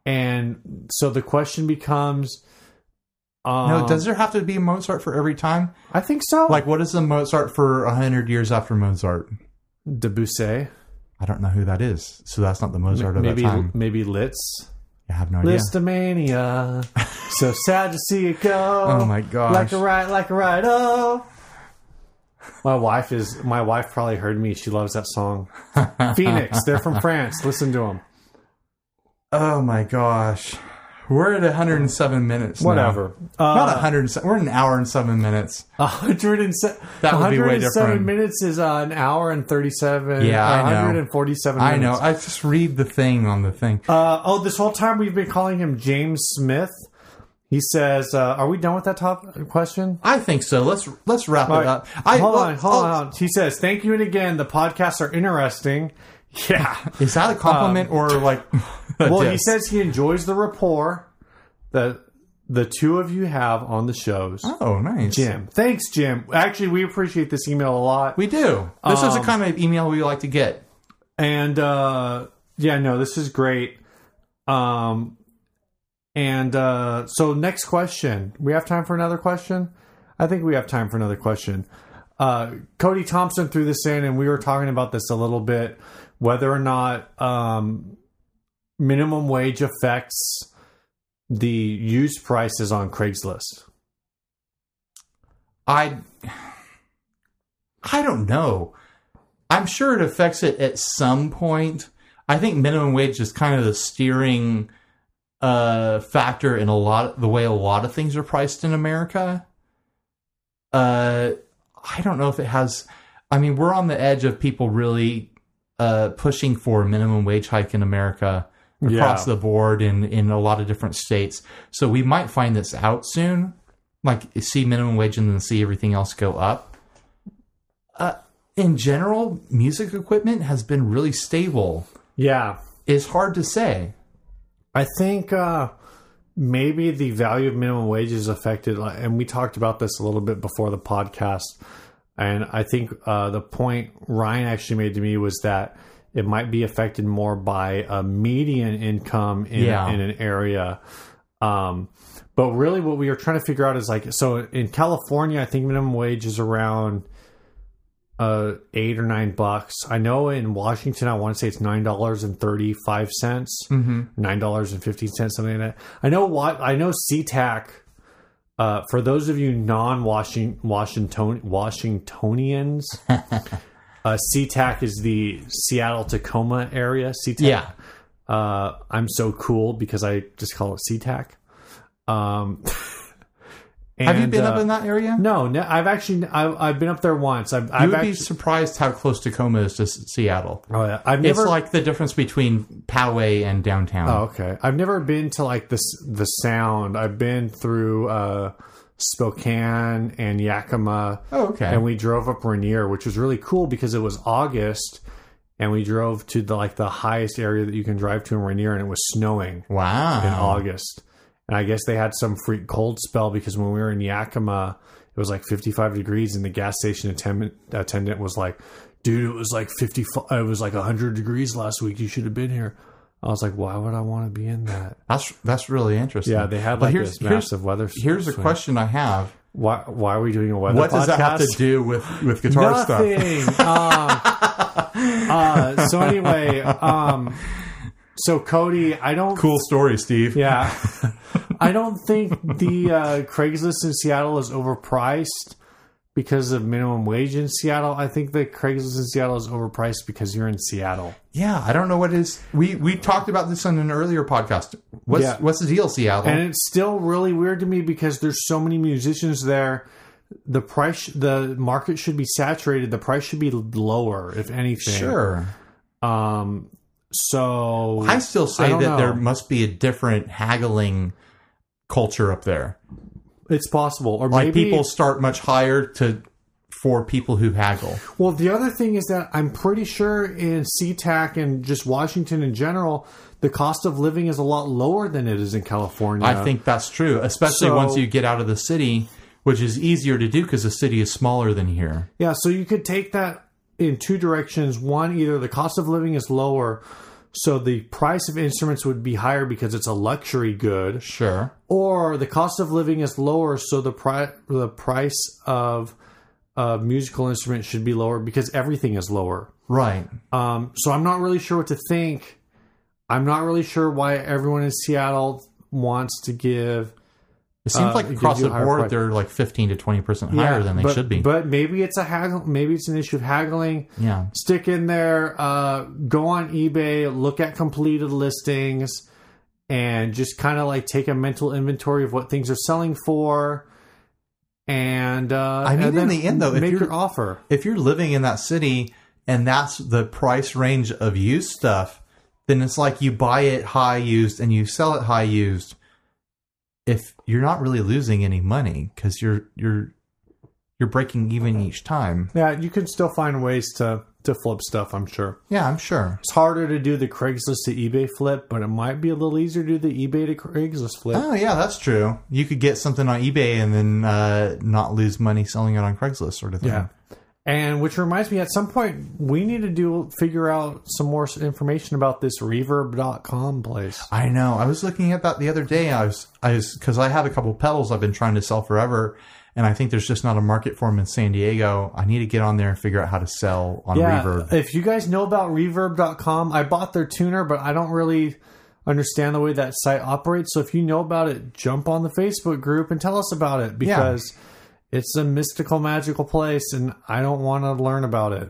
And so the question becomes um,
No, does there have to be a Mozart for every time?
I think so.
Like, what is the Mozart for 100 years after Mozart?
Debussy.
I don't know who that is. So that's not the Mozart of
Maybe
that time.
maybe Litz.
I have no idea.
Listomania. so sad to see it go.
Oh my gosh.
Like a right, like a right. Oh. My wife is. My wife probably heard me. She loves that song. Phoenix. They're from France. Listen to them.
Oh my gosh. We're at 107 minutes. now.
Whatever.
Not
Uh,
107. We're at an hour and seven minutes.
a hundred and se-
That would be way
107
different.
minutes is uh, an hour and thirty-seven.
Yeah, I know.
147
I know.
minutes.
I just read the thing on the thing.
Uh, oh, this whole time we've been calling him James Smith. He says, uh, "Are we done with that top question?"
I think so. Let's let's wrap
All
it
right.
up. I,
hold
well,
on, hold
oh,
on. He says, "Thank you," and again, the podcasts are interesting. Yeah.
Is that a compliment or like? a
Um, well, he
diss?
says he enjoys the rapport that the two of you have on the shows.
Oh, nice.
Jim, thanks, Jim. Actually, we appreciate this email a lot.
We do. This
Um,
is the kind of email we like to get.
and uh yeah no this is great um and uh so next question we have time for another question i think we have time for another question uh cody thompson threw this in and we were talking about this a little bit whether or not um minimum wage affects the used prices on craigslist
I I don't know. I'm sure it affects it at some point. I think minimum wage is kind of the steering uh, factor in a lot the way a lot of things are priced in America. Uh, I don't know if it has. I mean, we're on the edge of people really uh, pushing for a minimum wage hike in America across
Yeah.
the board in in a lot of different states. So we might find this out soon. Like see minimum wage and then see everything else go up. Uh, in general, music equipment has been really stable.
yeah
It's hard to say.
I think uh, maybe the value of minimum wage is affected, like- and we talked about this a little bit before the podcast. And I think uh, the point Ryan actually made to me was that it might be affected more by a median income in,
Yeah.
in an area. Um, but really, what we were trying to figure out is like, so in California, I think minimum wage is around uh, eight or nine bucks. I know in Washington, I want to say it's nine dollars and thirty five cents,
Mm-hmm.
nine dollars and fifteen cents, something like that. I know what I know. SeaTac. Uh, for those of you non Washington Washington Washingtonians, Uh, SeaTac is the Seattle Tacoma area. SeaTac.
Yeah.
Uh, I'm so cool because I just call it SeaTac. Um,
Have you
and,
been
uh,
up in that area?
No, no, I've actually I've, I've been up there once. I've,
You
I've
would be
actually
surprised how close Tacoma is to S- Seattle.
oh, yeah. I've
It's
never
like the difference between Poway and downtown.
oh, okay. I've never been to like this the Sound. I've been through uh, Spokane and Yakima.
Oh, okay.
and we drove up Rainier, which was really cool because it was August, and we drove to the like the highest area that you can drive to in Rainier, and it was snowing
wow.
in August. And I guess they had some freak cold spell because when we were in Yakima, it was like 55 degrees, and the gas station attendant attendant was like, "Dude, it was like 50. It was like 100 degrees last week. You should have been here." I was like, "Why would I want to be in that?"
That's that's really interesting.
Yeah, they had
But
like
here's-
this
here's-
massive weather.
Here's a
swing.
question I have.
Why, why are we doing a weather?
What does that have to
podcast?
do with, with guitar stuff?
Nothing. um, uh, so anyway, um, so Cody, I don't.
Cool story, Steve.
Yeah, I don't think the uh, Craigslist in Seattle is overpriced because of minimum wage in Seattle. I think the Craigslist in Seattle is overpriced because you're in Seattle.
Yeah, I don't know what it is. We we talked about this on an earlier podcast. What's
Yeah.
what's the deal, Seattle?
and it's still really weird to me because there's so many musicians there the price the market should be saturated the price should be lower if anything
sure.
um so
I still say
I
that
don't know.
there must be a different haggling culture up there.
It's possible, or
Like
maybe
people start much higher to for people who haggle.
Well, the other thing is that I'm pretty sure in SeaTac and just Washington in general, the cost of living is a lot lower than it is in California.
I think that's true, especially
So-
once you get out of the city, which is easier to do because the city is smaller than here.
yeah. So you could take that in two directions. One, either the cost of living is lower, so the price of instruments would be higher because it's a luxury good,
Sure.
or the cost of living is lower, so the pri- the price of uh, musical instruments should be lower because everything is lower.
Right.
Um, so I'm not really sure what to think. I'm not really sure why everyone in Seattle wants to give
It seems
Uh,
like
it gives
across
you
the
a higher
board
price.
they're like fifteen to twenty percent
Yeah,
higher than they
but-
should be.
But maybe it's a haggle. Maybe it's an issue of haggling.
yeah.
Stick in there. Uh, go on eBay. Look at completed listings, and just kind of like take a mental inventory of what things are selling for. And uh,
I mean,
and
in
then
the end, though, if
make
you're-
your offer.
If you're living in that city and that's the price range of used stuff, then it's like you buy it high used and you sell it high used. If you're not really losing any money because you're you're you're breaking even each time.
Yeah, you can still find ways to to flip stuff. I'm sure.
Yeah, I'm sure.
It's harder to do the Craigslist to eBay flip, but it might be a little easier to do the eBay to Craigslist flip.
Oh yeah, that's true. You could get something on eBay and then uh, not lose money selling it on Craigslist, sort of thing.
Yeah. And which reminds me, at some point, we need to do figure out some more information about this reverb.com place.
I know. I was looking at that the other day. I was, I was, because I have a couple pedals I've been trying to sell forever, and I think there's just not a market for them in San Diego. I need to get on there and figure out how to sell on
Yeah.
Reverb.
If you guys know about reverb.com, I bought their tuner, but I don't really understand the way that site operates. So if you know about it, jump on the Facebook group and tell us about it because it's a mystical, magical place, and I don't want to learn about it.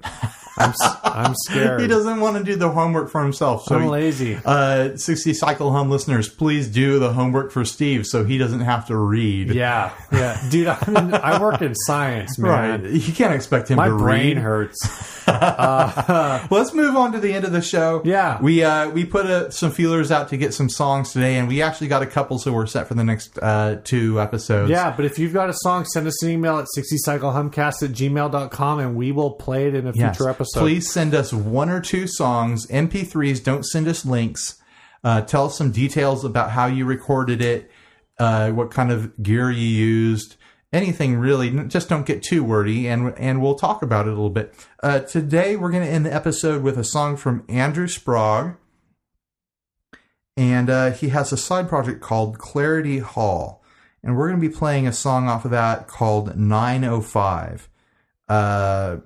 I'm, s- I'm scared.
He doesn't want to do the homework for himself. So,
I'm lazy.
uh, 60 Cycle Home listeners, please do the homework for Steve so he doesn't have to read.
Yeah, yeah, dude. I mean, I work in science, man.
Right. You can't expect him
My
to
brain
read.
hurts.
Let's move on to the end of the show.
Yeah.
we uh, we put uh some feelers out to get some songs today, and we actually got a couple, so we're set for the next uh, two episodes.
Yeah, but if you've got a song, send us an email at 60cyclehumcast at gmail.com and we will play it in a
Yes.
future episode.
Please send us one or two songs, MP3s. Don't send us links. Uh, tell us some details about how you recorded it, uh, what kind of gear you used, anything really. N- Just don't get too wordy, and and we'll talk about it a little bit. Uh, today we're going to end the episode with a song from Andrew Sprague, and uh, he has a side project called Clarity Hall, and we're going to be playing a song off of that called 905. Uh,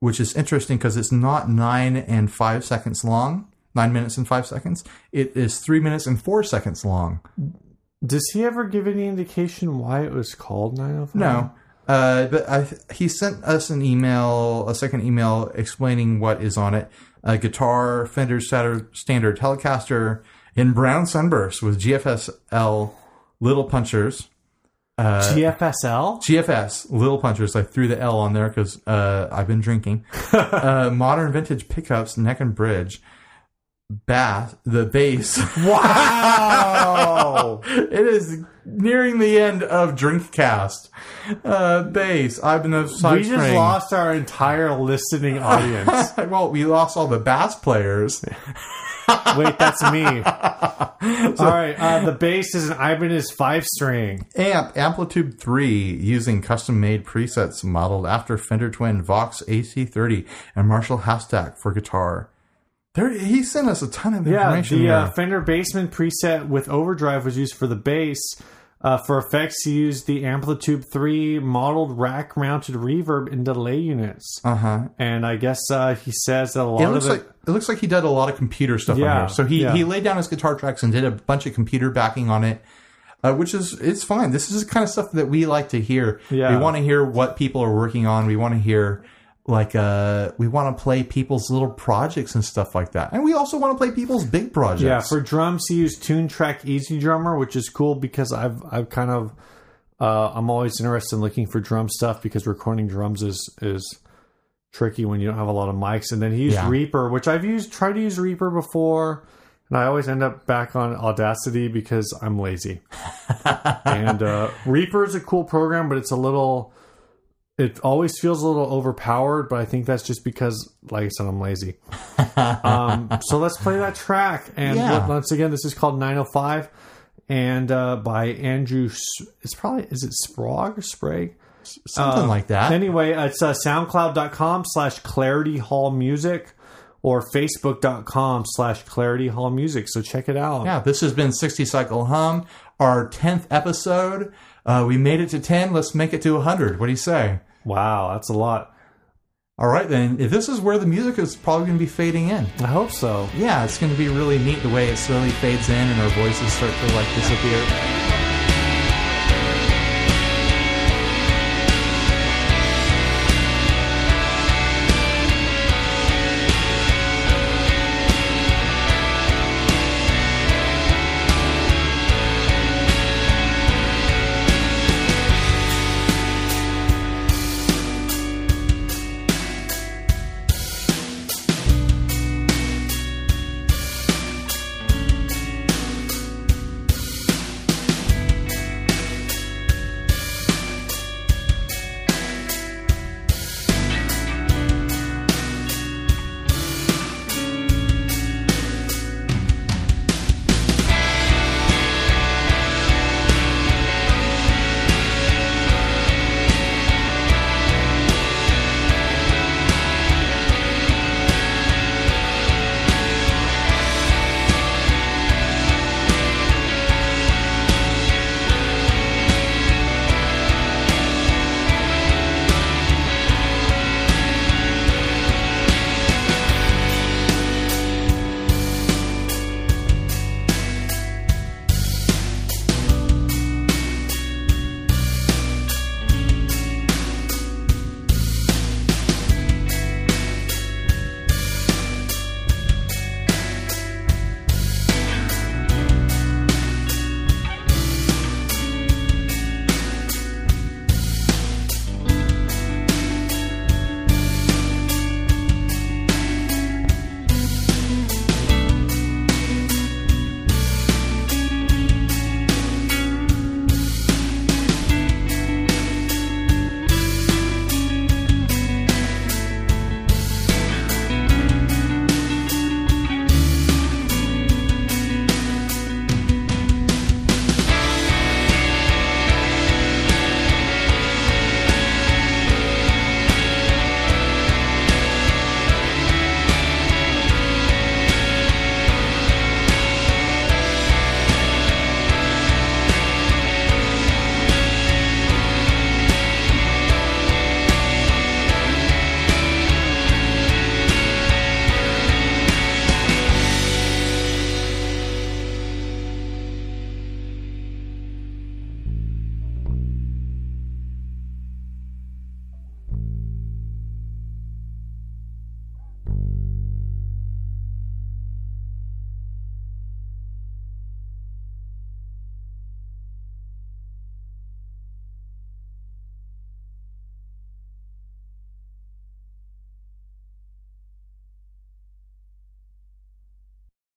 which is interesting because it's not nine and five seconds long, nine minutes and five seconds. It is three minutes and four seconds long.
Does he ever give any indication why it was called 905?
No, Uh, but I, he sent us an email, a second email explaining what is on it: a guitar, Fender Satur- standard Telecaster in brown sunburst with GFSL little punchers.
Uh, GFSL?
GFS little punchers. I threw the L on there because uh, I've been drinking. uh, modern vintage pickups, neck and bridge, bass, the bass.
Wow.
it is nearing the end of Drinkcast. Uh, bass. I've been a side
we just
string.
lost our entire listening audience.
well, we lost all the bass players.
Wait, that's me. All right. Uh, the bass is an Ivan is five string.
Amp Amplitude 3 using custom made presets modeled after Fender Twin Vox AC30 and Marshall Hashtag for guitar. There, he sent us a ton of
Yeah,
information.
the uh,
here.
Fender Bassman preset with overdrive was used for the bass. Uh, for effects, he used the Amplitude 3 modeled rack mounted reverb and delay units. Uh huh. And I guess uh, he says that a lot
Uh-huh. it looks
of
like it looks like he did a lot of computer stuff on
Yeah,
here. So he,
yeah.
he laid down his guitar tracks and did a bunch of computer backing on it, uh, which is it's fine. This is the kind of stuff that we like to hear.
Yeah.
We want to hear what people are working on. We want to hear like uh we want to play people's little projects and stuff like that. And we also want to play people's big projects.
Yeah, for drums he used Tune Track Easy Drummer, which is cool because I've I've kind of uh, I'm always interested in looking for drum stuff because recording drums is is tricky when you don't have a lot of mics. And then he used
Yeah.
Reaper, which I've used tried to use Reaper before, and I always end up back on Audacity because I'm lazy. and uh, Reaper is a cool program, but it's a little it always feels a little overpowered, but I think that's just because, like I said, I'm lazy. um, so let's play that track. And
Yeah.
let- once again, this is called 905 and uh, by Andrew. S- It's probably, is it Sprague or Sprague?
something like that.
Anyway, it's uh, soundcloud.com slash clarity hall music or facebook.com slash clarity hall music. So check it out.
yeah, this has been 60 Cycle Hum, our 10th episode. Uh, we made it to 10. Let's make it to 100. What do you say?
Wow, that's a lot.
All right, then. If this is where the music is probably going to be fading in.
I hope so.
Yeah, it's going to be really neat the way it slowly fades in and our voices start to like disappear.